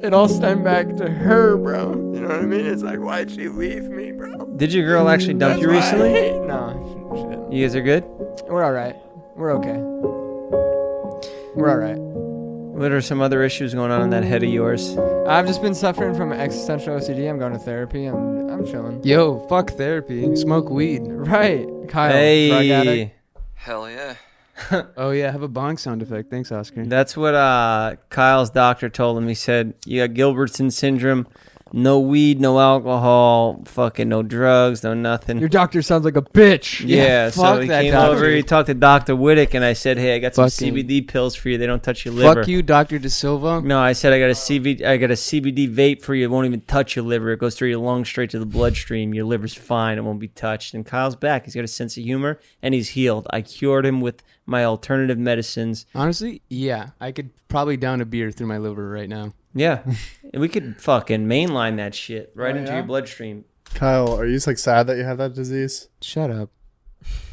B: it all stemmed back to her, bro. You know what I mean? It's like why'd she leave me, bro?
A: Did your girl actually dump
B: That's
A: you
B: why I
A: recently?
B: hate- No, she- she didn't.
A: You guys are good.
B: We're all right. We're okay. We're all right.
A: What are some other issues going on in that head of yours?
B: I've just been suffering from existential OCD. I'm going to therapy. I'm I'm chilling.
F: Yo, fuck therapy. Smoke weed.
B: Right, Kyle. Drug addict.
A: Hey,
E: Hell yeah.
F: oh yeah, have a bong sound effect. Thanks, Oscar.
A: that's what uh, Kyle's doctor told him. He said you got Gilbertson syndrome. No weed, no alcohol, fucking no drugs, no nothing.
B: Your doctor sounds like a bitch.
A: Yeah, so he came over. He talked to Doctor Whittick, and I said, "Hey, I got some
F: Fucking-
A: CBD pills for you. They don't touch your liver."
F: Fuck you, Doctor De Silva.
A: No, I said I got a CBD. I got a CBD vape for you. It won't even touch your liver. It goes through your lungs straight to the bloodstream. Your liver's fine. It won't be touched. And Kyle's back. He's got a sense of humor, and he's healed. I cured him with my alternative medicines.
F: Honestly, yeah, I could probably down a beer through my liver right now.
A: Yeah, And we could fucking mainline that shit right
B: Oh,
A: into
B: yeah?
A: your bloodstream.
G: Kyle, are you like sad that you have that disease?
F: Shut up.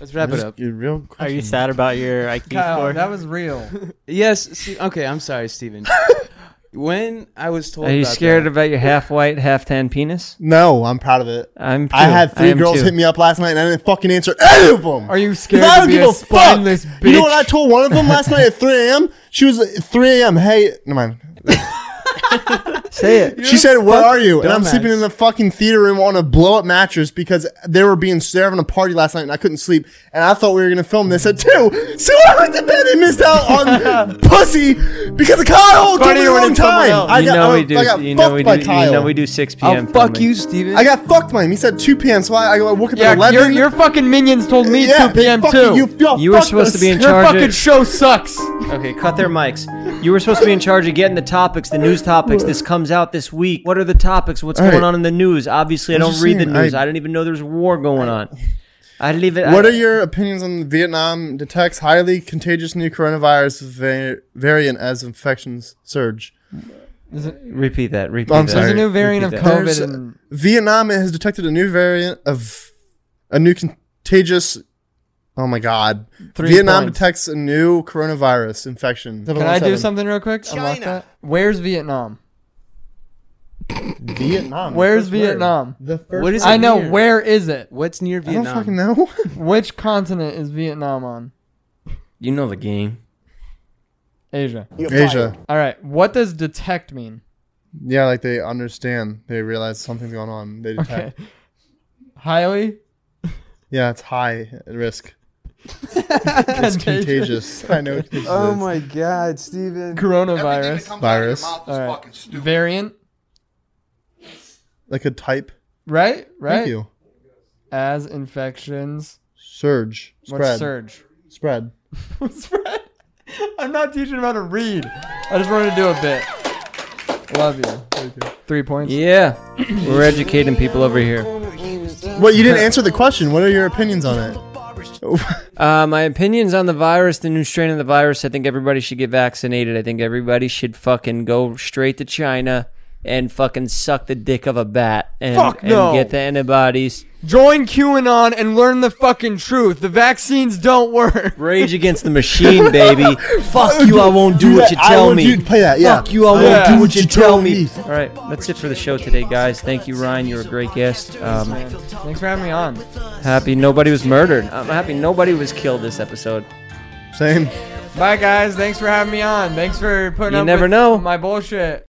F: Let's wrap it
G: Just-
F: up.
G: You're real.
K: Are you sad about your IQ
B: Kyle,
K: score?
B: that was real.
F: Yes. Ste- okay, I'm sorry, Steven. when I was told,
A: Are you
F: about
A: scared about your half white, half tan penis?
G: No, I'm proud of it.
A: I'm.
G: I
A: too.
G: had three
A: am
G: girls
A: too.
G: hit me up last night and I didn't fucking answer any of them.
B: Are you
G: Because
B: scared
G: I
B: to
G: don't
B: be
G: give
B: a
G: a fuck.
B: spineless bitch?
G: You know what I told one of them last night at 3 a.m.? She was at 3 a.m. Hey, no mind.
A: Say it.
G: She said, "Where are you?" And I'm
F: dumbass.
G: sleeping in the fucking theater room on a blow up mattress because they were being they were having a party last night and I couldn't sleep. And I thought we were gonna film this at two, so I went to bed and missed out on pussy because of Kyle. Took me
B: Funnier
G: a
B: when
G: long
B: it's someone
G: time.
B: else.
G: I
A: you
G: got,
A: know
G: I,
A: we do.
G: I got
A: you
G: fucked
A: know we do.
G: by
A: You
G: Kyle.
A: know we do 6
F: I'll
A: p.m.
F: fuck
A: filming.
F: you, Steven.
G: I got fucked by him. He said two p.m. So I, I woke up
B: Yeah,
G: at eleven.
B: your, your fucking minions told me
G: Yeah,
B: 2
G: they
B: p.m.
G: fucking-
B: too.
G: You, yo,
A: You were
G: fuck
A: supposed
G: this.
A: to be in
B: Your
A: charge.
B: fucking show sucks.
A: Okay, cut their mics. You were supposed to be in charge of getting the topics, the news topics. This comes out this week. What are the topics? What's
G: All
A: going
G: right.
A: on in the news? Obviously, I
G: I'm
A: don't
G: just
A: read the
G: saying,
A: news.
G: I-
A: I, didn't even know there was a war going on. I leave it.
G: What
A: I-
G: are your opinions on Vietnam detects highly contagious new coronavirus va- variant as infections surge?
A: repeat that? Repeat
G: I'm
A: that.
G: sorry.
B: There's a new variant
A: Repeat
B: of
A: that.
B: COVID
G: There's-
B: and-
G: Vietnam has detected a new variant of a new contagious. Oh my God!
B: Three
G: Vietnam
B: points.
G: detects a new coronavirus infection.
B: Can I do something real quick? Unlock that. Where's Vietnam?
G: Vietnam.
B: Where's
G: the first word.
B: Vietnam?
G: The first
F: What is
B: I
F: it
B: know.
F: near?
B: Where is it?
F: What's near
G: I don't
F: Vietnam?
G: fucking know.
B: Which continent is Vietnam on?
A: You know the game.
B: Asia.
G: Asia.
B: All right. What does detect mean?
G: Yeah, like they understand. They realize something's going on. They detect.
B: Highly
G: Yeah, it's high at risk. it's contagious. I know. It
F: Oh
G: is.
F: my god, Steven.
B: coronavirus.
G: virus,
B: All right. Variant.
G: like a type
B: Right. Right.
G: Thank you.
B: As infections.
G: surge. Spread.
B: What's surge?
G: Spread.
B: Spread. I'm not teaching him how to read. I just wanted to do a bit. Love you. Three points.
A: Yeah, we're educating people over here.
G: What you didn't answer the question. What are your opinions on it?
A: Uh, my opinions on the virus, the new strain of the virus. I think everybody should get vaccinated. I think everybody should fucking go straight to China and fucking suck the dick of a bat and,
B: Fuck no.
A: and get the antibodies.
B: Join QAnon and learn the fucking truth. The vaccines don't work.
A: Rage against the machine, baby. Fuck you, I won't do what you
G: that. I
A: tell
G: will
A: me.
G: do- play that, yeah.
A: Fuck you, I won't
B: Yeah.
A: do what you tell me. All right, that's it for the show today, guys. Thank you, Ryan. You were a great guest. Um,
B: Thanks for having me on.
A: happy nobody was murdered. I'm happy nobody was killed this episode.
G: Same.
B: Bye, guys. Thanks for having me on. Thanks for putting
A: You
B: up
A: never
B: with
A: know.
B: my bullshit.